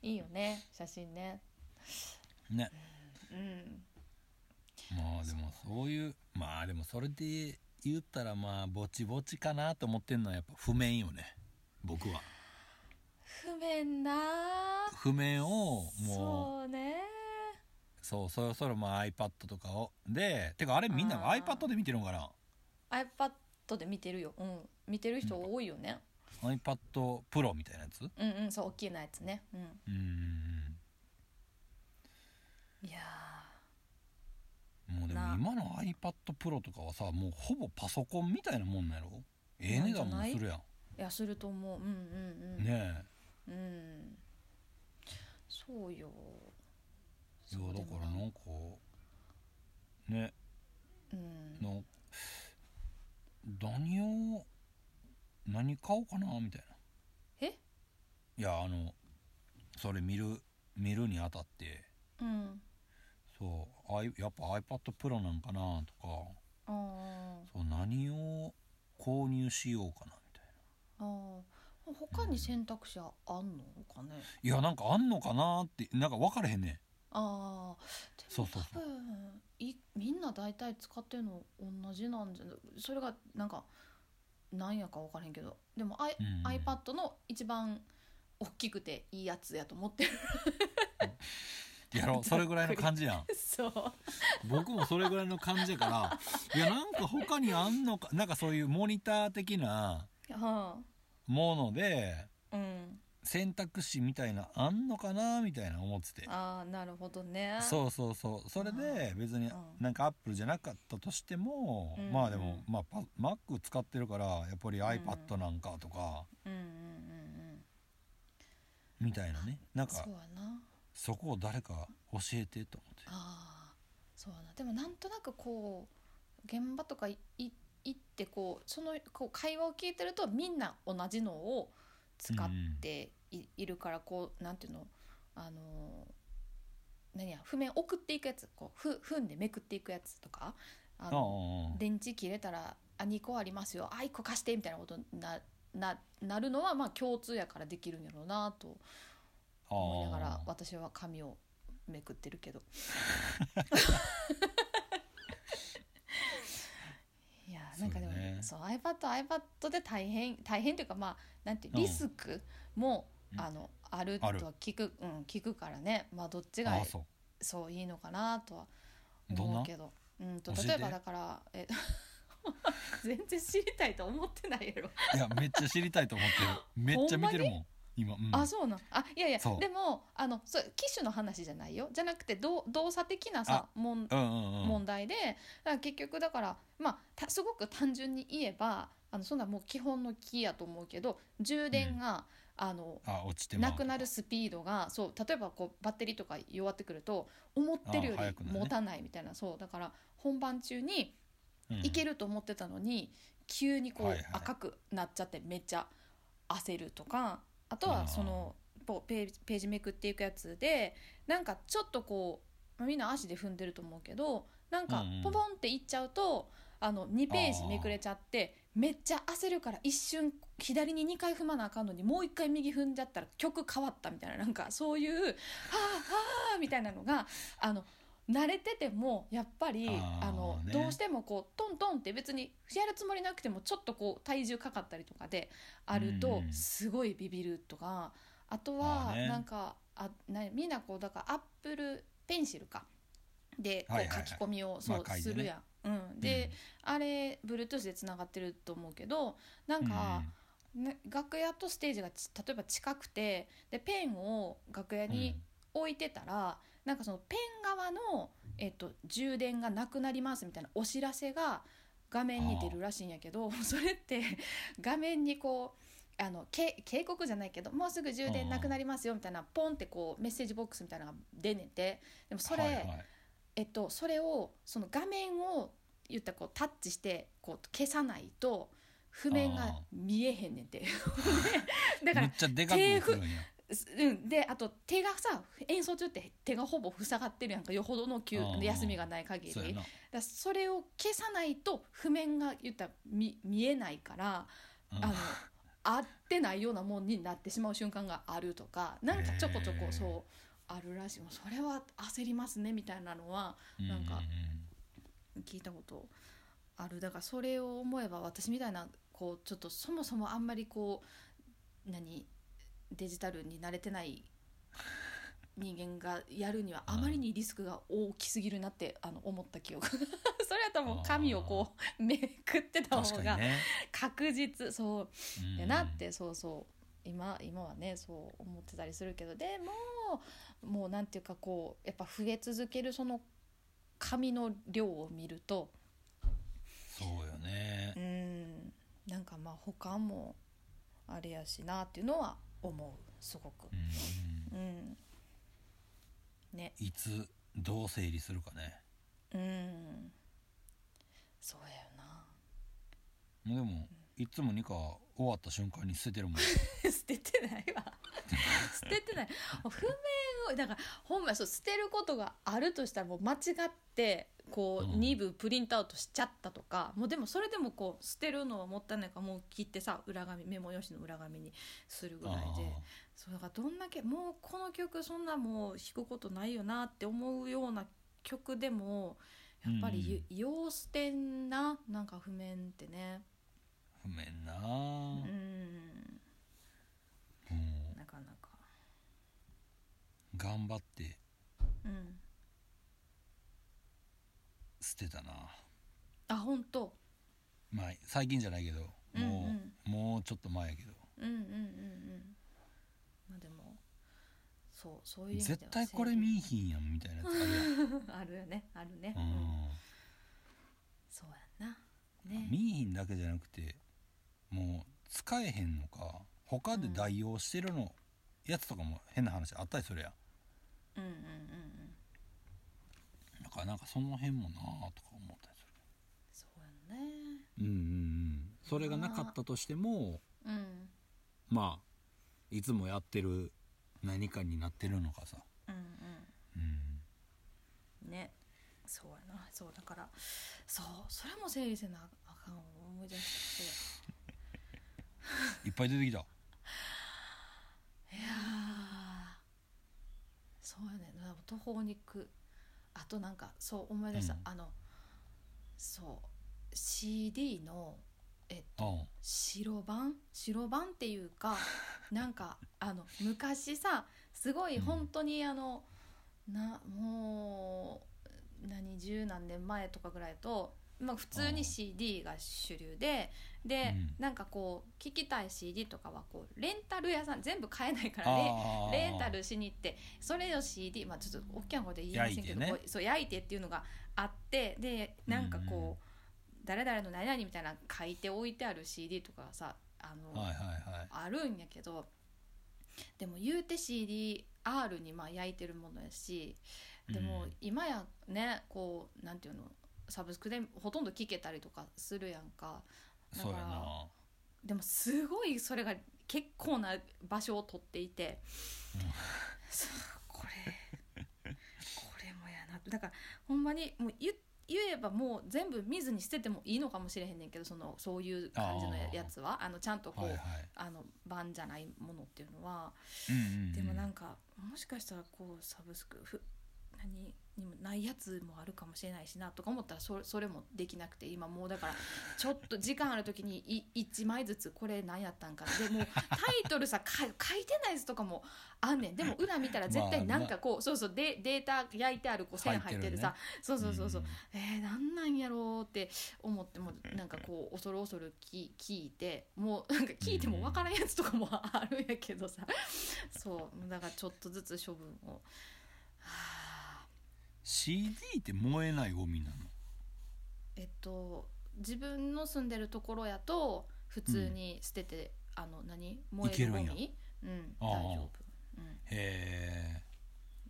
いいよね写真ねねうんまあでもそういうまあでもそれで言ったらまあぼちぼちかなと思ってんのはやっぱ譜面よね僕は不便なあ譜面をもそうねうそうそろそろまあ iPad とかをでてかあれみんなあー iPad で見てるのかな iPad で見てるよ、うん、見てる人多いよね、 iPad Pro みたいなやつううん、うんそう大きいなやつね、うん、んいやもうでもな今の iPad Pro とかはさもうほぼパソコンみたいなもんなんやろええ値段もするやーいやすると思ううんうんうんんねえうんそうよいやそうだでかもらなんかねうんの何を何買おうかなみたいなえいやあのそれ見る見るにあたってうんそうあいやっぱ iPad Pro なんかなとかあーそう何を購入しようかなみたいあー他に選択肢あんのかねないやなんかあんのかなってなんか分かれへんねああでそうもそうそ多う分いみんな大体使ってるの同じなんじゃないそれがなんかなんやか分からへんけどでも、I うん iPad の一番大きくていいやつやと思ってるやろそれぐらいの感じやん そう僕もそれぐらいの感じやからいやなんか他にあんのかなんかそういうモニター的なはものであうん選択肢みたいなあんのかなみたいな思っててああなるほどねそうそうそうそれで別にうんなんかアップルじゃなかったとしても、うんまあでも、まあ、パ Mac 使ってるからやっぱりう iPad なんかとか、うんうんうんみたいなねなうんんそかうやなそこを誰か教えてと思ってああそうやなでもなんとなくこう現場とかいい行ってこうそのこう会話を聞いてるとみんな同じのを使ってい,、いるからこうなんていうのあのー何や譜面送っていくやつこうふ踏んでめくっていくやつとかあああの電池切れたら「あ2個ありますよあ1個貸して」みたいなことになななるのはまあ共通やからできるんやろうなとあ思いながらあ私は紙をめくってるけど いやなんかでもそうねそう,、iPad iPad で大変大変というかまあなんていううんリスクも、うんあのあるとあはる聞くうん聞くからねまあどっちがああそそういいのかなとはうどん思なうけどうんと教えて例えばだからえ 全然知りたいと思ってないやろいやめっちゃ知りたいと思 ってるめっちゃ見てるもん今、うん、あそうなんあいやいやそうでもあのそう機種の話じゃないよじゃなくてどう動作的なさもん、うんうんうん問題でだから結局だから、まあ、たすごく単純に言えばあのそんなもう基本のキーやと思うけど充電が、あのあ落ちてまうなくなるスピードがそう例えばこうバッテリーとか弱ってくると思ってるよあ早くりなるね持たないみたいなそうだから本番中にうんいけると思ってたのに急にこはいはいう赤くなっちゃってめっちゃ焦るとかあとはそのこうページページめくっていくやつでなんかちょっとこうみんな足で踏んでると思うけどなんかうんうんポポンっていっちゃうとあの2ページめくれちゃってめっちゃ焦るから一瞬左に2回踏まなあかんのにもう1回右踏んじゃったら曲変わったみたいななんかそういう「はあはあ」みたいなのがあの慣れててもやっぱりあーあのねどうしてもこうトントンって別にやるつもりなくてもちょっとこう体重かかったりとかであるうとんうんすごいビビるとかあとまはあねなんかあなみんなこうだからアップルペンシルかでこはいはいうは書いき込みをまあそう書いてねするやん。うん、で、あれ Bluetooth でつながってると思うけどなんか、ね、楽屋とステージがち例えば近くてでペンを楽屋うんうんに置いてたら、なんかそのペン側の、えっと、充電がなくなりますみたいなお知らせが画面に出るらしいんやけどそれって画面にこうあのけ警告じゃないけどもうすぐ充電なくなりますよみたいなポンってこうメッセージボックスみたいなのが出んねんてでもそれ、はいはいえっと、それをその画面を言ったらこうタッチしてこう消さないと譜面が見えへんねん て。 めでだからっちゃでかく映るんやすうん、であと手がさ演奏中って手がほぼ塞がってるやんかよほどの休あー休みがない限りそうやだかならそれを消さないと譜面が言ったら見見えないから、うんあの合ってないようなもんになってしまう瞬間があるとかなんかちょこちょこへーそうあるらしいもうそれは焦りますねみたいなのはなんかうう聞いたことあるだからそれを思えば私みたいなこうちょっとそもそもあんまりこう何デジタルに慣れてない人間がやるにはうんあまりにリスクが大きすぎるなってあの思った記憶 それやったらもう紙をこうめくってうたん、方確かがにね、確実そううんやなってそうそう今今はねそう思ってたりするけどでももうなんていうかこうやっぱ増え続けるその紙の量を見るとそうよねう、んなんかまあ他もあれやしなっていうのは思うすごくうんうんねいつどう整理するかねうんそうやよもうでもいつもにか終わった瞬間に捨ててる もんな 捨ててない わ捨ててない譜面をだから本来そう捨てることがあるとしたらもう間違ってこううん2部プリントアウトしちゃったとか、もうでもそれでもこう捨てるのはもったいないからもう切ってさ裏紙メモ用紙の裏紙にするぐらいで。そうだからどんだけもうこの曲そんなもう弾くことないよなって思うような曲でもやっぱりゆ要捨てんななんか譜面ってね不面な、ううんんなかなか頑張ってうん捨てたなあ本当まあ最近じゃないけどもう、うんもうちょっと前やけどうんうんうんうんまあでもそうそういう意味では絶対これ見いひんやんみたいなやつある やん、整理 あるよねあるね、ううんんそうやんなね見いひんだけじゃなくてもう使えへんのか他で代用してるの、やつとかも変な話あったりするやんうんうんうんうんだからなんかその辺もなあとか思ったりすそうやんねるうんうんうんそれがなかったとしてもうんまあいつもやってる何かになってるのかさうんうんうんねそうやなそうだからそうそれも整理せなあかん思い出していっぱい出てきたいやーそうやねな途方にくあとなんかそう思い出した、うんあのそう CD のえっとうん白番白番っていう かなんかあの昔さすごいうん本当にあの、なもう何十何年前とかぐらいだと、まあ、普通あにあ CD が主流でで、うんなんかこう聞きたい CD とかはこうレンタル屋さん全部買えないからねあーレンタルしに行ってそれを CD まあちょっと大きな声で言いませんけ焼いどてねこうそう焼いてっていうのがあってでなんかうんうんこう誰々の何々みたいなの書いて置いてある CD とかさあの、はいはいはいあるんやけどでも言うて CDR にまあ焼いてるものやしでもうん今やねこうなんていうのサブスクでほとんど聴けたりとかするやんかだかそうやらなでもすごいそれが結構な場所を取っていて、うんそうこれこれもやなだからほんまにもう言言えばもう全部見ずに捨ててもいいのかもしれへんねんけどそのそういう感じのやあーやつはあのちゃんとこう、はいはいあの版じゃないものっていうのは、うんうんうんでもなんかもしかしたらこうサブスクふ何にもないやつもあるかもしれないしなとか思ったらそそれもできなくて今もうだからちょっと時間ある時にい1枚ずつこれ何やったんかでもうタイトルさ か書いてないやつとかもあんねんでも裏見たら絶対なんかこう、そうそうデデータ焼いてあるこう線入ってるさ入そうそうそうそう、んえー、なんなんやろうって思ってもなんかこう恐る恐るき聞いてもうなんか聞いても分からんやつとかもあるんやけどさそうだからちょっとずつ処分をはあ CD って燃えないゴミなのえっと自分の住んでるところやと普通に捨てて、あの何燃えるゴいけるんミうんああ大丈夫うへんえ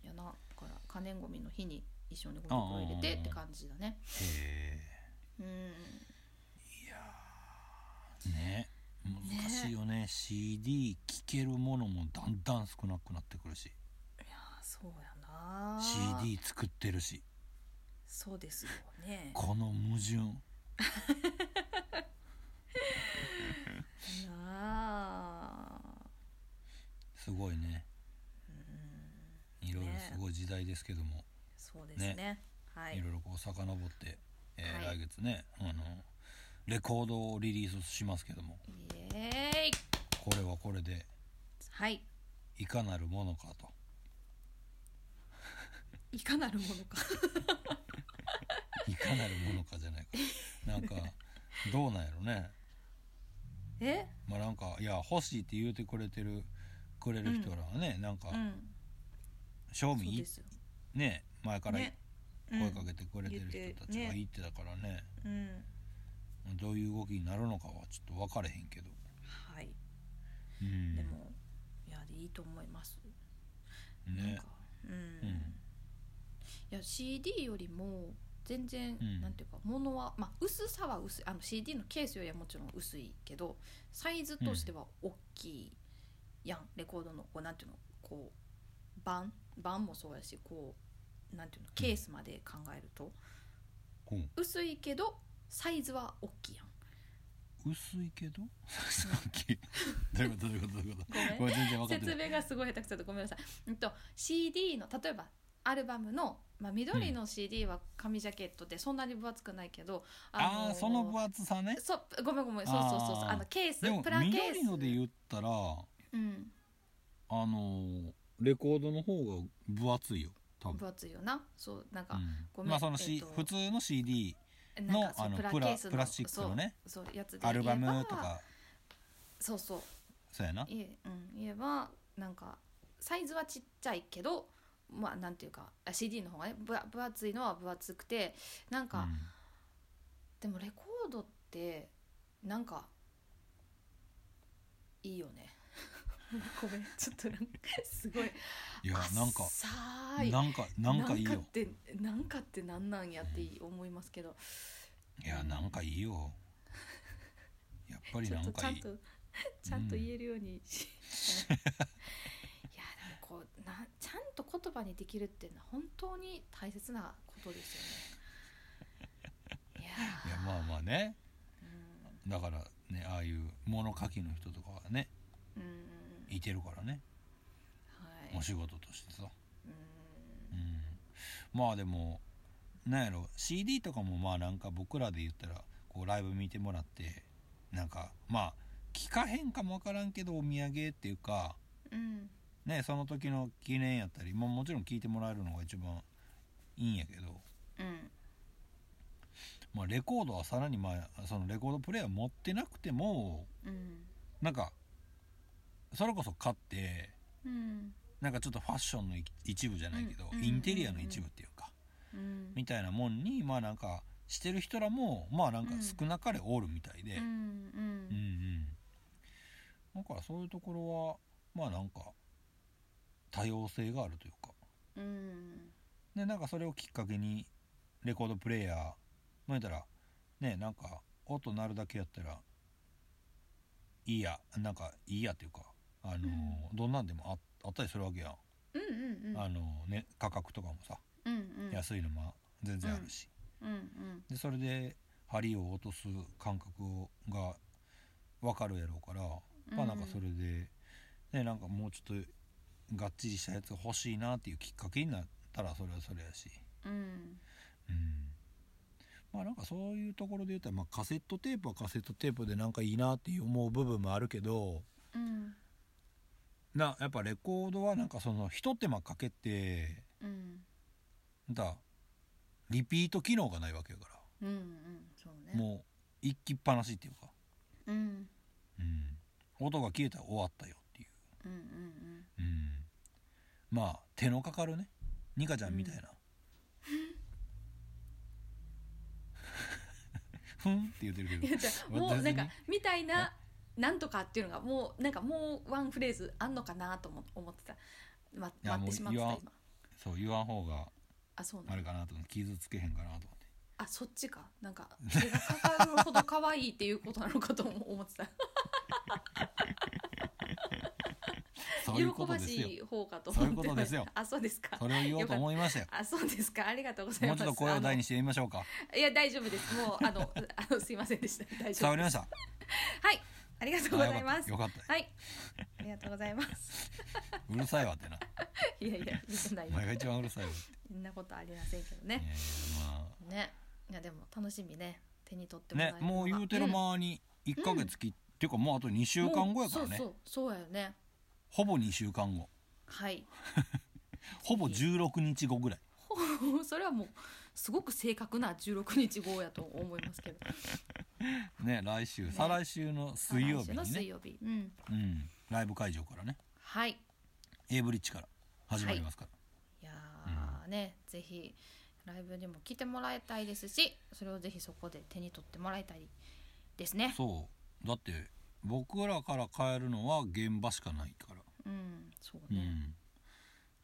やなだから可燃ゴミの日に一緒にゴミ袋入れてって感じだねへうんえね難しいよね CD 聴けるものもだんだん少なくなってくるしあそうやな CD 作ってるしそうですよねこの矛盾なあすごいねうんいろいろすごい時代ですけども、そうですねはいいろいろこう遡って、えーはい来月ねあのレコードをリリースしますけどもイエーイこれはこれではいいかなるものか といかなるものかいかなるものかじゃないかなんかどうなんやろねえまあなんかいや欲しいって言うてくれてるくれる人らはね、なんかうん賞そう味ですよね前からね声かけてくれてる人たち言ってねがいいってだからねうん、うん、どういう動きになるのかはちょっと分かれへんけど、はいうん、でもいやいいと思いますなんねかうん、うんいや CD よりも全然、うんなんていうか物は、まあ、薄さは薄いあの CD のケースよりはもちろん薄いけどサイズとしては大きいやん、レコードのこうなんていうのこう盤盤もそうやしこうなんていうのケースまで考えると、こう薄いけどサイズは大きいやん。薄いけど さっきどういうことどういうことどういうこごめんとこれ全然分かって説ない明がすごい下手くそでごめんなさい、うんと、CD の例えばアルバムの、まあ、緑の CD は紙ジャケットでそんなに分厚くないけど、あのあその分厚さねそうごめんごめんそうそうそうそうあーあのケースでもプラケース緑ので言ったらうん、あのレコードの方が分厚いよ多分分厚いよなそうなんか、うごん、めんまあその、しえっと普通の CD なんのかそうあのプラプケラースのプラスチックのねそうそうやつでアルバム言えばとかそうそうそうやないえ、うん、言えばなんかサイズはちっちゃいけどまあなんていうかあ CD の方がね分分厚いのは分厚くてなんか、でもレコードってなんかいいよねごめん ちょっとなんかすごいうん、いやなんか浅いなんかなんかいいなんよかってなんかってなんなんやって思いますけど、いやなんかいい よやっぱりちょなっとんちかゃいんいと ちゃんと言えるようにし、いやでもこうなちゃんと言葉にできるっていうのは本当に大切なことですよね。いや いやまあまあねうんだからねああいう物書きの人とかはねうんいてるからねはいお仕事としてさ、うんうん、まあでもなんやろ CD とかもまあなんか僕らで言ったらこうライブ見てもらってなんかまあ聞かへんかもわからんけどお土産っていうかうんねその時の記念やったり、まあ、もちろん聞いてもらえるのが一番いいんやけど、うんまあ、レコードはさらにまあそのレコードプレイヤー持ってなくてもうんなんかそれこそ買ってうんなんかちょっとファッションの一一部じゃないけど、うんインテリアの一部っていうか、うんみたいなもんにまあなんかしてる人らもまあなんか少なかれおるみたいで、ううんんううんんだからそういうところはまあなんか多様性があるというかうんでなんかそれをきっかけにレコードプレーヤーまあ言ったらねなんか音鳴るだけやったらいいやなんかいいやっていうかあのー、どんなんでもああったりするわけやん、うんうんうんあのーね価格とかもさうんうん安いのも全然あるし、うんうんでそれで針を落とす感覚が分かるやろうから、まあなんかそれで、ね、なんかもうちょっとがっちりしたやつが欲しいなっていうきっかけになったらそれはそれやしうんうんまあなんかそういうところで言ったら、まあ、カセットテープはカセットテープでなんかいいなって思う部分もあるけどうんなやっぱレコードはなんかそのひと手間かけてうんなんだリピート機能がないわけやからうんうんそうねもう一気っぱなしっていうか、うんうん、音が消えたら終わったよっていう、うんうんうん、まあ手のかかるねニカちゃんみたいな、ふんって言ってるうんいけやどじゃあもうなんか私みたいななんとかっていうのがもうなんかもうワンフレーズあんのかなと思思ってた、ま、いや待ってしまってもうた言今そう言わん方があそうあなのれかなと思って傷つけへんかなと思ってあそっちかなんか手がかかるほど可愛いっていうことなのかとも思ってたそういうこ喜とばですよしい方かと思っそてましたういうことですよ あそうですかそれを言おうと思いましたよあそうですかありがとうござもいまうすちょっと声を大にしてみましょうかあのいや大丈夫ですも うあのあのすいませんでした大丈伝夫わりでますしたはいありがとうございますあよかったよかっはいありがとうございます たうるさいわってないやいや言ってないお前が一番うるさ いわってそんなことありませんけどいやいねやまねいやでも楽しみね手に取ってあねもう言うてるん間に1ヶ月き、っていうかもうあと2週間後やからねそうそうそうやよねほぼ2週間後はい ほぼ16日後ぐらいほうそれはもうすごく正確な16日号やと思いますけどね来週、再来週の水曜日再来週のにね水曜日、うん、うん、ライブ会場からねはい A ブリッジから始まりますから、いやーね、ぜひライブにも来てもらいたいですしそれをぜひそこで手に取ってもらいたいですねそうだって僕らから変えるのは現場しかないからうんそううね、ん、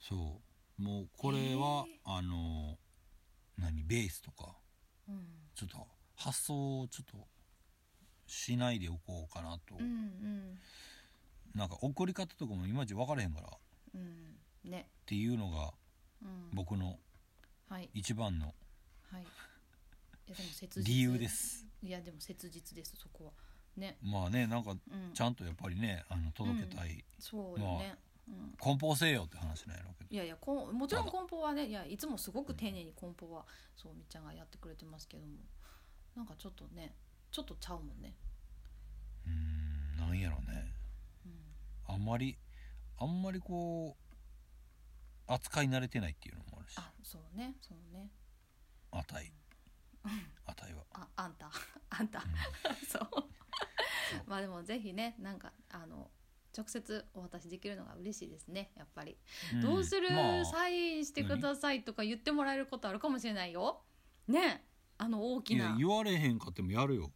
そうもうこれは、えあの何ベースとかうんちょっと発想をちょっとしないでおこうかなと、うん、うんなんか送り方とかもいまいち分からへんからっうんねていうのがうん僕のはい一番のはいいやでも切実理由ですいやでも切実ですそこはねまあねなんかうんちゃんとやっぱりねあの届けたい、そうよね、うん梱包せえよって話なんやろうけどいやいやこんもちろん梱包はねいやいつもすごく丁寧に梱包はそうみっちゃんがやってくれてますけどもなんかちょっとねちょっとちゃうもんね、うーんなんやろうねうん、あんまりあんまりこう扱い慣れてないっていうのもあるしあそうねそうね値値は。ああんた あんた そうまあでもぜひねなんかあの直接お渡しできるのが嬉しいですねやっぱり、んどうする、まあサインしてくださいとか言ってもらえることあるかもしれないよねあの大きいやな言われへんかってもやるよ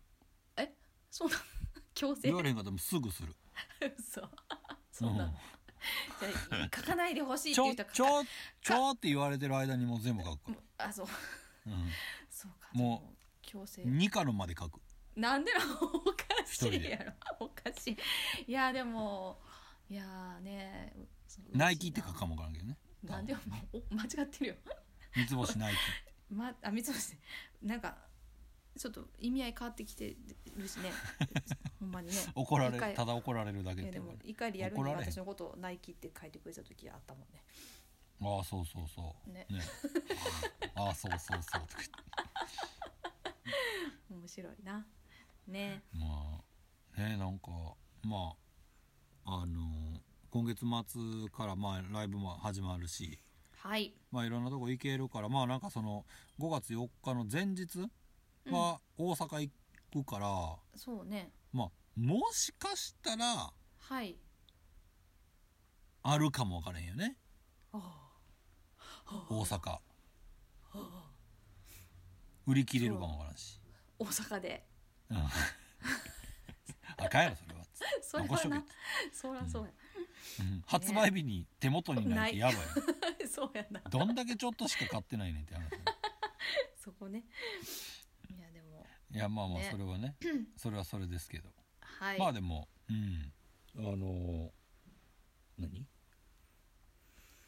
そうな 強制言われへんかってもすぐする 嘘そうなの、じゃあ書かないでほしいちっていょうち人ょかちょって言われてる間にもう全部書くから、あそううん、そうかもうじゃあ強制2カロンまで書くなんでなのおかし一人いでやろおかしいいやでもいやーねうナイキって書くかもわからんけどねなんでおお間違ってるよ、三つ星ナイキってま、あ三つ星なんかちょっと意味合い変わってきてる しねほんまにね怒られ一回るただ怒られるだけいっやてで言わもれる怒りやるに怒られへん私のことをナイキって書いてくれた時あったもんねああそうそうそうね ああそうそうそうとか言って面白いなねまあねなんかまああの今月末からまあライブも始まるしはいまあいろんなとこ行けるからまあなんかその5月4日の前日は大阪行くから、そうねまあもしかしたらはいあるかも分からへんよねあ大阪売り切れるかも分からんし大阪でうんあかんやろそれは それ残しはとけなそらそううん発売日に手元にないってやばいよや、 そうやなどんだけちょっとしか買ってないねんって話そこねいやでもいやまあまあねそれはねそれはそれですけど、はい、まあでもうんあのー何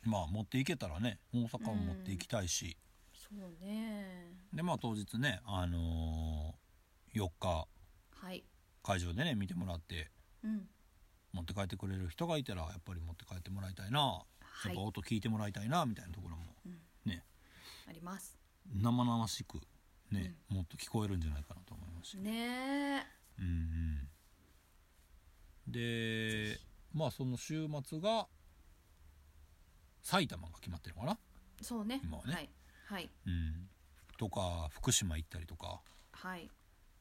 まあ持っていけたらね大阪も持っていきたいし、そうねでまあ当日ねあのー、4日はい会場でね見てもらってうん持って帰ってくれる人がいたらやっぱり持って帰ってもらいたいな、はいやっぱ音聞いてもらいたいなみたいなところもうんあります生々しくね、もっと聞こえるんじゃないかなと思いますし、ねえうんうん、でまあその週末が埼玉が決まってるのかな、そうね今はねはいはいうん、とか福島行ったりとか、はい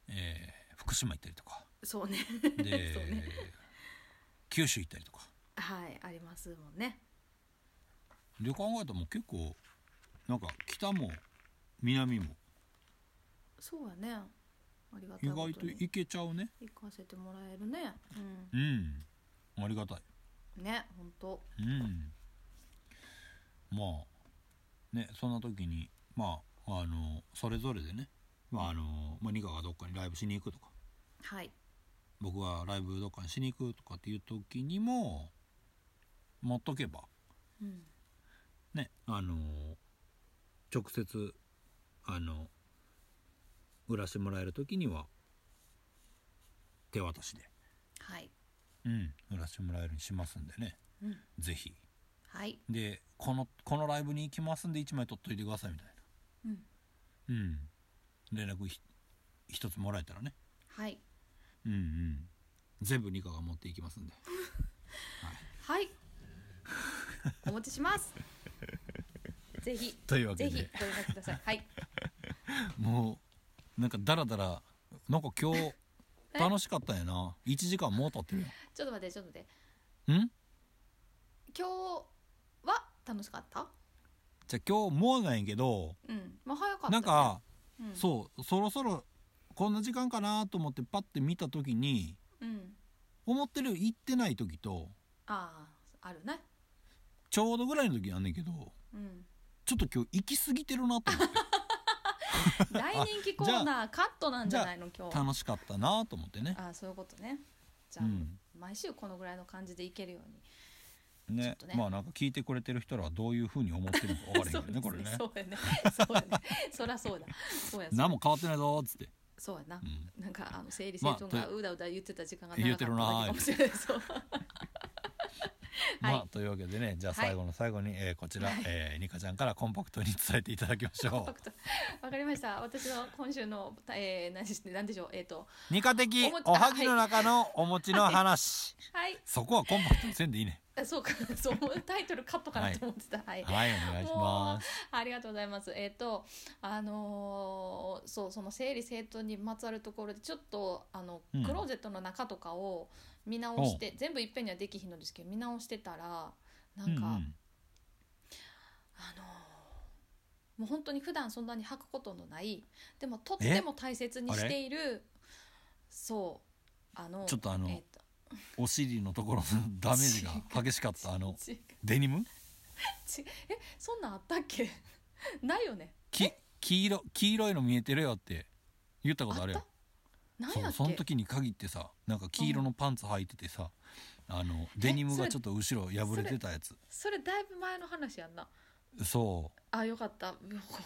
えー福島行ったりと かそうねで、 そうね九州行ったりとかはいありますもんねで考えたらもう結構なんか北も南もそうやねありがた意い外ことにと行けちゃうね行かせてもらえるねうんありがたいうんね本当うんまあねそんな時にまああのそれぞれでねまああの、まあ、ニカがどっかにライブしに行くとかはい僕がライブどっかにしに行くとかっていう時にも持っとけばうんねあの直接あの売らしてもらえる時には手渡しで、はいうん、売らしてもらえるようにしますんでねうん是非はいでこのこのライブに行きますんで1枚取っといてくださいみたいうんなうん連絡ひ一つもらえたらねはいうんうん全部ニカが持っていきますんではいお持ちしますぜひ というわけぜひでご連絡くださいはいもうなんかダラダラなんか今日 え楽しかったんやな1時間もう経ってるちょっと待ってちょっと待ってやんん今日は楽しかったじゃあ今日もうないんやけどうんまあ早かったねなんか、うんそうそろそろこんな時間かなと思ってパッて見た時にうん思ってるより行ってない時とあああるねちょうどぐらいの時あんねんけど うんちょっと今日行き過ぎてるなと思って 大人気コーナーカットなんじゃないの今日楽しかったなと思ってねあそういうことねじゃうあ、ん毎週このぐらいの感じでいけるようにねちょっとねまあなんか聞いてくれてる人らはどういうふうに思ってるのか分からへんけどねこれね そうですねそうやねそうやねそりゃそうだそうやそうや何も変わってないぞーっつって、そうやなう、んなんかあの整理整まあ頓とがうだうだ言ってた時間が長かっただけかもしれない、そうはいまあというわけでねじゃあはい最後の最後に、えーこちら、はいえーニカちゃんからコンパクトに伝えていただきま しょパクトわかりました私の今週の、えー、何し何でしょうえっ、とうニカ的おはぎの中のお餅の話、はいそこはコンパクトにせんでいいねあそうかそうタイトルカットかなと思ってたはい、はいお願いしますありがとうございます。えっ、と、あのーそう、その整理整頓にまつわるところで、ちょっと、あの、うんクローゼットの中とかを。見直して、全部いっぺんにはできひんのですけど、見直してたら、なんか、うあのーもう本当に普段そんなに履くことのない。でも、とっても大切にしている。そう、あの、ちょっとあのえっとお尻のところのダメー ジが激しかったあのち違うデニムえ、そんなんあったっけ。 ないよね。き黄色黄色いの見えてるよって言ったことあるっよた。なんそやうっそのけ。時に限ってさなんか黄色のパンツ履いててさ、あのデニムがちょっと後ろ破れてたやつそれだいぶ前の話やんな。そあよかったうほ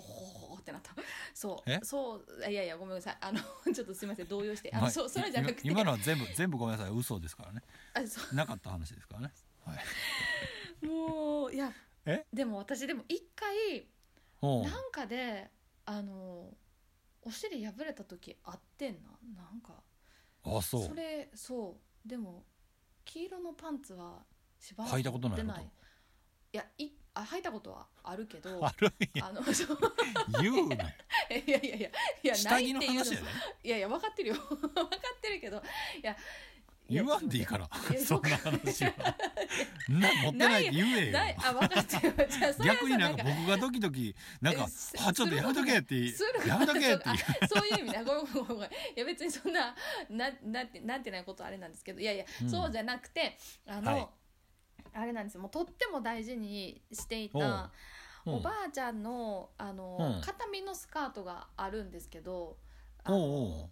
ほほほほってなったそうえそういやいやごめんなさいあの ちょっとすみません動揺してう、あの、まあそうそれじゃなくて今今のは全部全部ごめんなさい嘘ですからねあそうなかった話です からね、はい、もういやえでも私でも一回おうなんかであのお尻破れた時あってんななんかあそうれそうでも黄色のパンツはしばらく履いたことない持のっとていやいあ履いたことはあるけ どあるんやあのそう 言うなよいやいやいやいや下着のないって話いやうでいやいや分かってるよ 分かってるけどいや言わんでいいかららいやそんな話はな持ってないって言えよないあ分かってるよじゃあそれはさ逆になんか僕がドキドキなんかえす「あちょっとやめとけ」ってす「るやめとけ」っていう そういう意味だごめんごめんごめんいや別にそんな ななんてなんてないことあれなんですけどいやいや、うんそうじゃなくてあの、はいあれなんですよもうとっても大事にしていおたうおうんばあちゃんのあの、うん形見のスカートがあるんですけどあのおうおう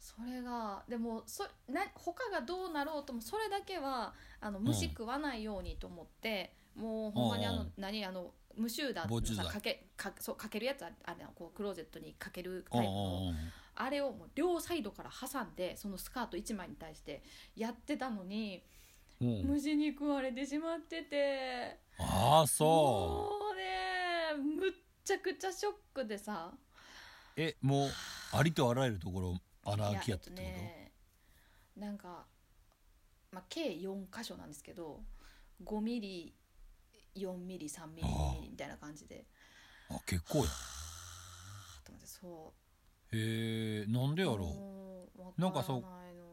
それがでもそな他がどうなろうともそれだけはあの虫食わないようにと思って、もうほんまにあうのん何あの無臭だ防虫剤かけかそうかけるやつああのこうクローゼットにかけるタおイうプのおうおうあれをもう両サイドから挟んでそのスカート1枚に対してやってたのに、うん虫に食われてしまっててああそもうねむっちゃくちゃショックでさえもうありとあらゆるところ穴開きやったってこいえっねなんか、まあ、計4箇所なんですけど5ミリ4ミリ3ミリああ2ミリみたいな感じでと、あ結構やあーと思ってそうへえなんでやろもうわなんかそうからないのう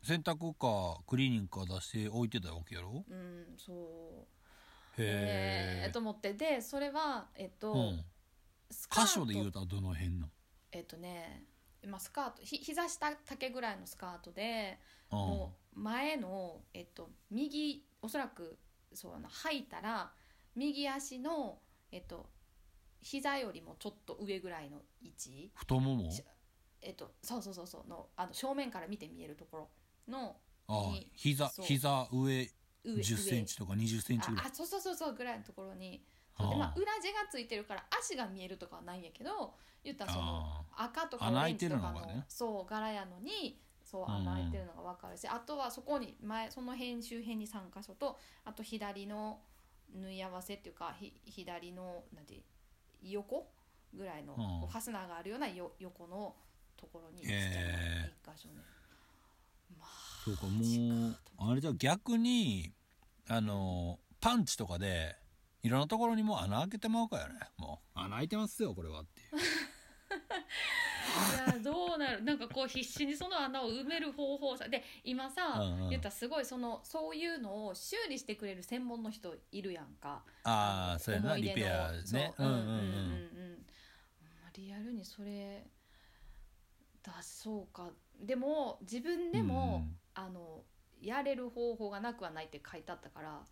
洗濯かクリーニングか出して置いてたわけやろうんそうえへーえと思ってでそれはえっと、うんスカー箇ト所で言うとどの辺なんえっとね、まあ、スカートひ膝下丈ぐらいのスカートでうんもう前の、えっと、右おそらくそうあの履いたら右足のえっと膝よりもちょっと上ぐらいの位置太ももしえっとそうそうそうそうのあの正面から見て見えるところのあに膝そう膝上上1 0ンチとか2 0ンチぐ上らいああそうそうそうそうぐらいのところにあで、まああ、裏地がついてるから足が見えるとかはないんやけど言ったらそのあ赤とかオ穴レ開いンジてとるのかがのねそう柄やのにそううん穴開いてるのが分かるし、あとはそこに前その辺周辺に3箇所とあと左の縫い合わせっていうかひ左のなんて横ぐらいの、んこうファスナーがあるようなよ横のところにちっちゃいへ1箇所ね。まあそうかもうあれじゃあ逆にあのパンチとかでいろんなところにもう穴開けてまうからねもう穴開いてますよこれはっていういやどうなるなんかこう必死にその穴を埋める方法さで今さ、うんうん言ったらすごいそのそういうのを修理してくれる専門の人いるやんかああそうやな思いリ出のペアねそううんううんんうんううんうんんほんまリアルにそれ出そうかでも自分でも、うんあのやれる方法がなくはないって書いてあったから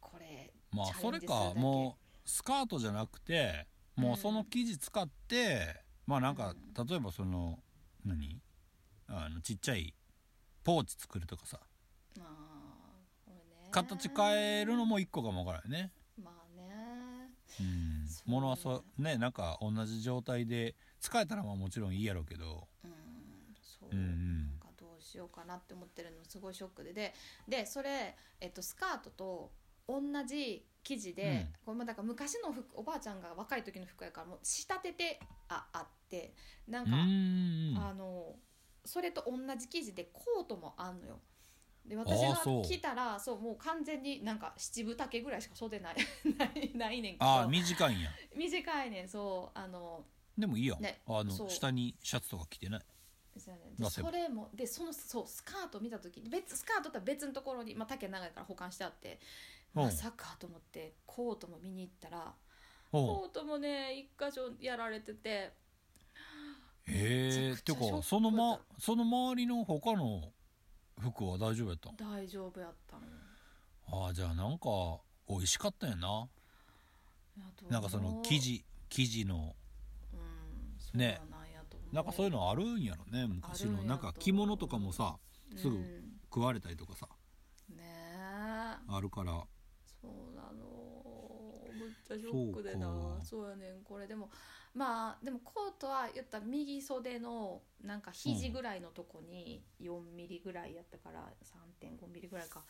これまあチャレそンれジするだけかもうスカートじゃなくてもうその生地使って、まあなんか例えばその何あのちっちゃいポーチ作るとかさまあこれね形変えるのも一個かもわからないね。まあねうんそうねものはそうねなんか同じ状態で使えたらまあもちろんいいやろうけどうんそう、うんうんなんかどうしようかなって思ってるのすごいショックでででそれ、えっと、スカートと同じ生地で、うんこれもだから昔の服おばあちゃんが若い時の服やからもう仕立ててああってなんうか、んあのそれと同じ生地でコートもあんのよ。で私がそう着たらそうもう完全になんか七分丈ぐらいしか袖ない ないないねんけどああ短いんや短いねんそうあのでもいいやん、ねあのそう下にシャツとか着てないそうやねで出せばそれもでそのそうスカート見た時に別スカートとは別のところに、まあ、丈長いから保管してあって、うんまさかと思ってコートも見に行ったらおコートもね一箇所やられててええめちゃー、くちてゃショックだかそのまその周りの他の服は大丈夫やったん大丈夫やったのよああじゃあなんか美味しかったんやないやどうなんかその生地生地のうんそうねなんやと思なんかそういうのあるんやろね昔あるんやのとなんか着物とかもさすぐうん食われたりとかさねえあるからそうなのむっちゃショックでなそうかそうやねんこれでもまあでもコートは言ったら右袖のなんか肘ぐらいのとこに4ミリぐらいやったから3.5ミリぐらいか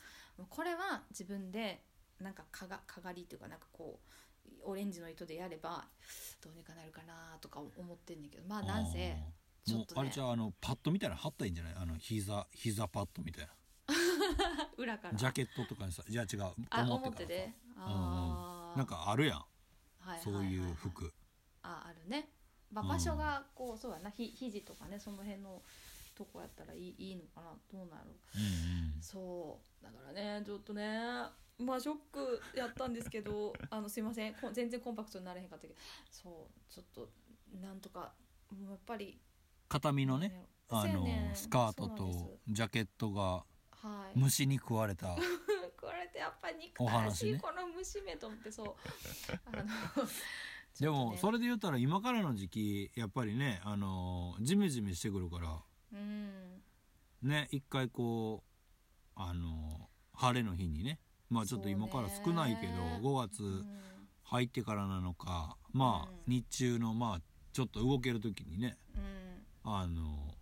これは自分でなんかかがかがりっていうかなんかこうオレンジの糸でやればどうにかなるかなとか思ってんねんけどまあなんせあーちょっとねもうあれじゃああのパッドみたいなの貼ったらいいんじゃないあの膝膝パッドみたい裏からなジャケットとかにさいや違うあ表表からでさあーなんかあるやんはははそういうは服ああるね、まあ、うん場所がこうそうやなひ肘とかねその辺のとこやったらいいいいのかなどうなんやろうんうんうそうだからねちょっとねまあショックやったんですけど あのすいませんこ全然コンパクトになれへんかったけどそうちょっとなんとかもうやっぱり形見のねなんあやろのそうやねんスカートそうなんとジャケットがですはい虫に食わ れたこれってやっぱり憎おたらし話い、ねこの虫めと思って そうあのでもそれれで言ったら今からの時期やっぱりねあのジメジメしてくるからうんね一回こうあの晴れの日にねまあちょっと今から少ないけどそうね5月、うん入ってからなのかまあ、うん日中のまあちょっと動ける時にねうんあの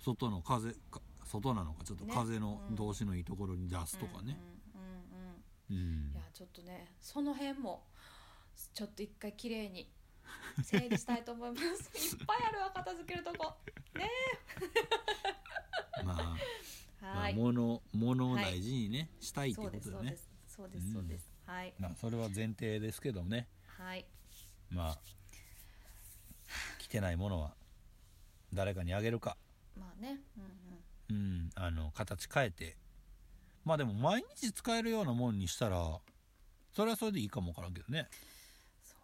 外の風か外なのかちょっとね風のうん同士のいいところに出すとかね、うんうんうんうんうんいやちょっとねその辺もちょっと一回綺麗に整理したいと思いま すいっぱいあるわ片付けるとこまあ、まはあ、い、物物を大事にね、したいってそいううこでとすだそようでねすそうですそうです、はいまあそれは前提ですけどねはいまあ着てないものは誰かにあげるかまあねうんうんうんあの形変えてまあでも毎日使えるようなもんにしたらそれはそれでいいかもわからんけどね、そ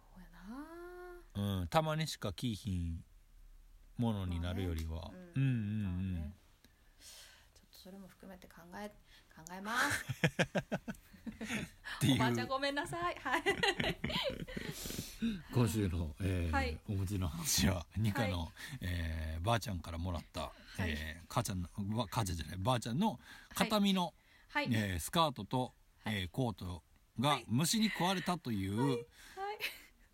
うやなうん、たまにしか着いひんものになるよりは、まあねうん、うんうんまあねちょっとそれも含めて考え考えますっていおばあちゃんうごめんなさい はい今週の、えーはいお持ちの話はニカの、はえーばあちゃんからもらった、いえー母ちゃんのば母ちゃんじゃないばあちゃんの形見の、はい、えースカートと、はいえーコートが虫に食われたという、はい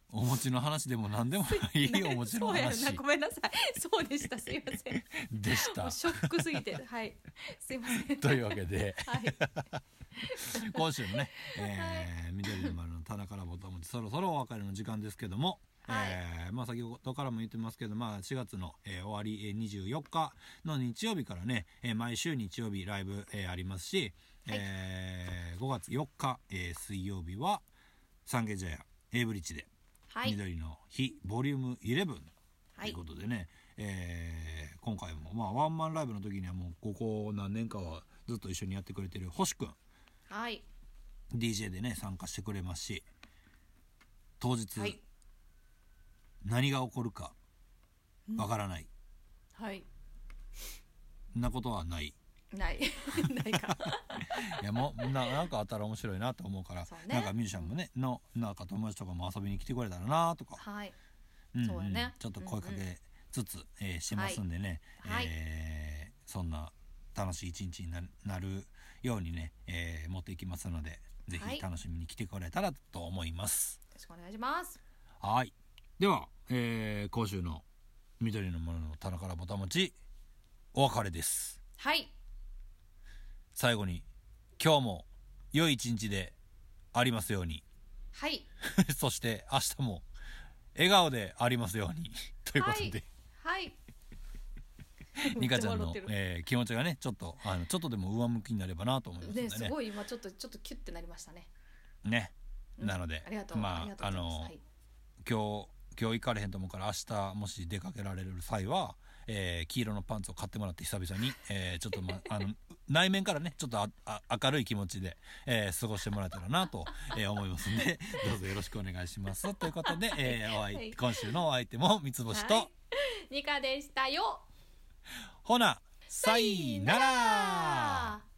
お餅の話でも何でもないお餅のそうや話なごめんなさいそうでしたすいませんでしもたう。ショックすぎてはいすいませんというわけではい 今週 のね、えー緑の丸の棚からぼたもちそろそろお別れの時間ですけども、はいえーまあ、先ほどからも言ってますけど、まあ、4月の、えー終わり、えー24日の日曜日からね、えー毎週日曜日ライブ、えーありますし、はいえー5月4日、えー水曜日は三軒茶屋 A ブリッジではい緑の日ボリューム11はといいうことでね、えー今回も、まあ、ワンマンライブの時にはもうここ何年かはずっと一緒にやってくれてる星くんはい、 DJ でね参加してくれますし当日、はい何が起こるかわからない、はい、そんなことは ないないないかいやもうななんかあったら面白いなと思うからそうねなんかミュージシャンもねのなんか友達とかも遊びに来てくれたらなとかはいうんそうやねちょっと声かけつつ、えーしてますんでね、はいえーそんな楽しい一日にななるようにね、えー持っていきますのでぜはひい楽しみに来てくれたらと思います。よろしくお願いしますはいでは、えー今週の「緑のものの棚からぼたもち」お別れです。はい最後に今日も良い一日でありますように はいそして明日も笑顔でありますように ということで。はいニカちゃんめっの笑って、るえー気持ちがねちょっとあのちょっとでも上向きになればなと思いますねのすでねごい今ちょっとちょっとキュッてなりましたねねうんなのでありがとう、まあありがとうございますあのはい今日今日行かれへんと思うから明日もし出かけられる際は、えー黄色のパンツを買ってもらって久々に、えーちょっと、ま、あの内面からねちょっとああ明るい気持ちで、えー過ごしてもらえたらなと、えー思いますんでどうぞよろしくお願いしますということで、えーお相はい今週のお相手も三つ星と、はいニカでしたよほなさいならあー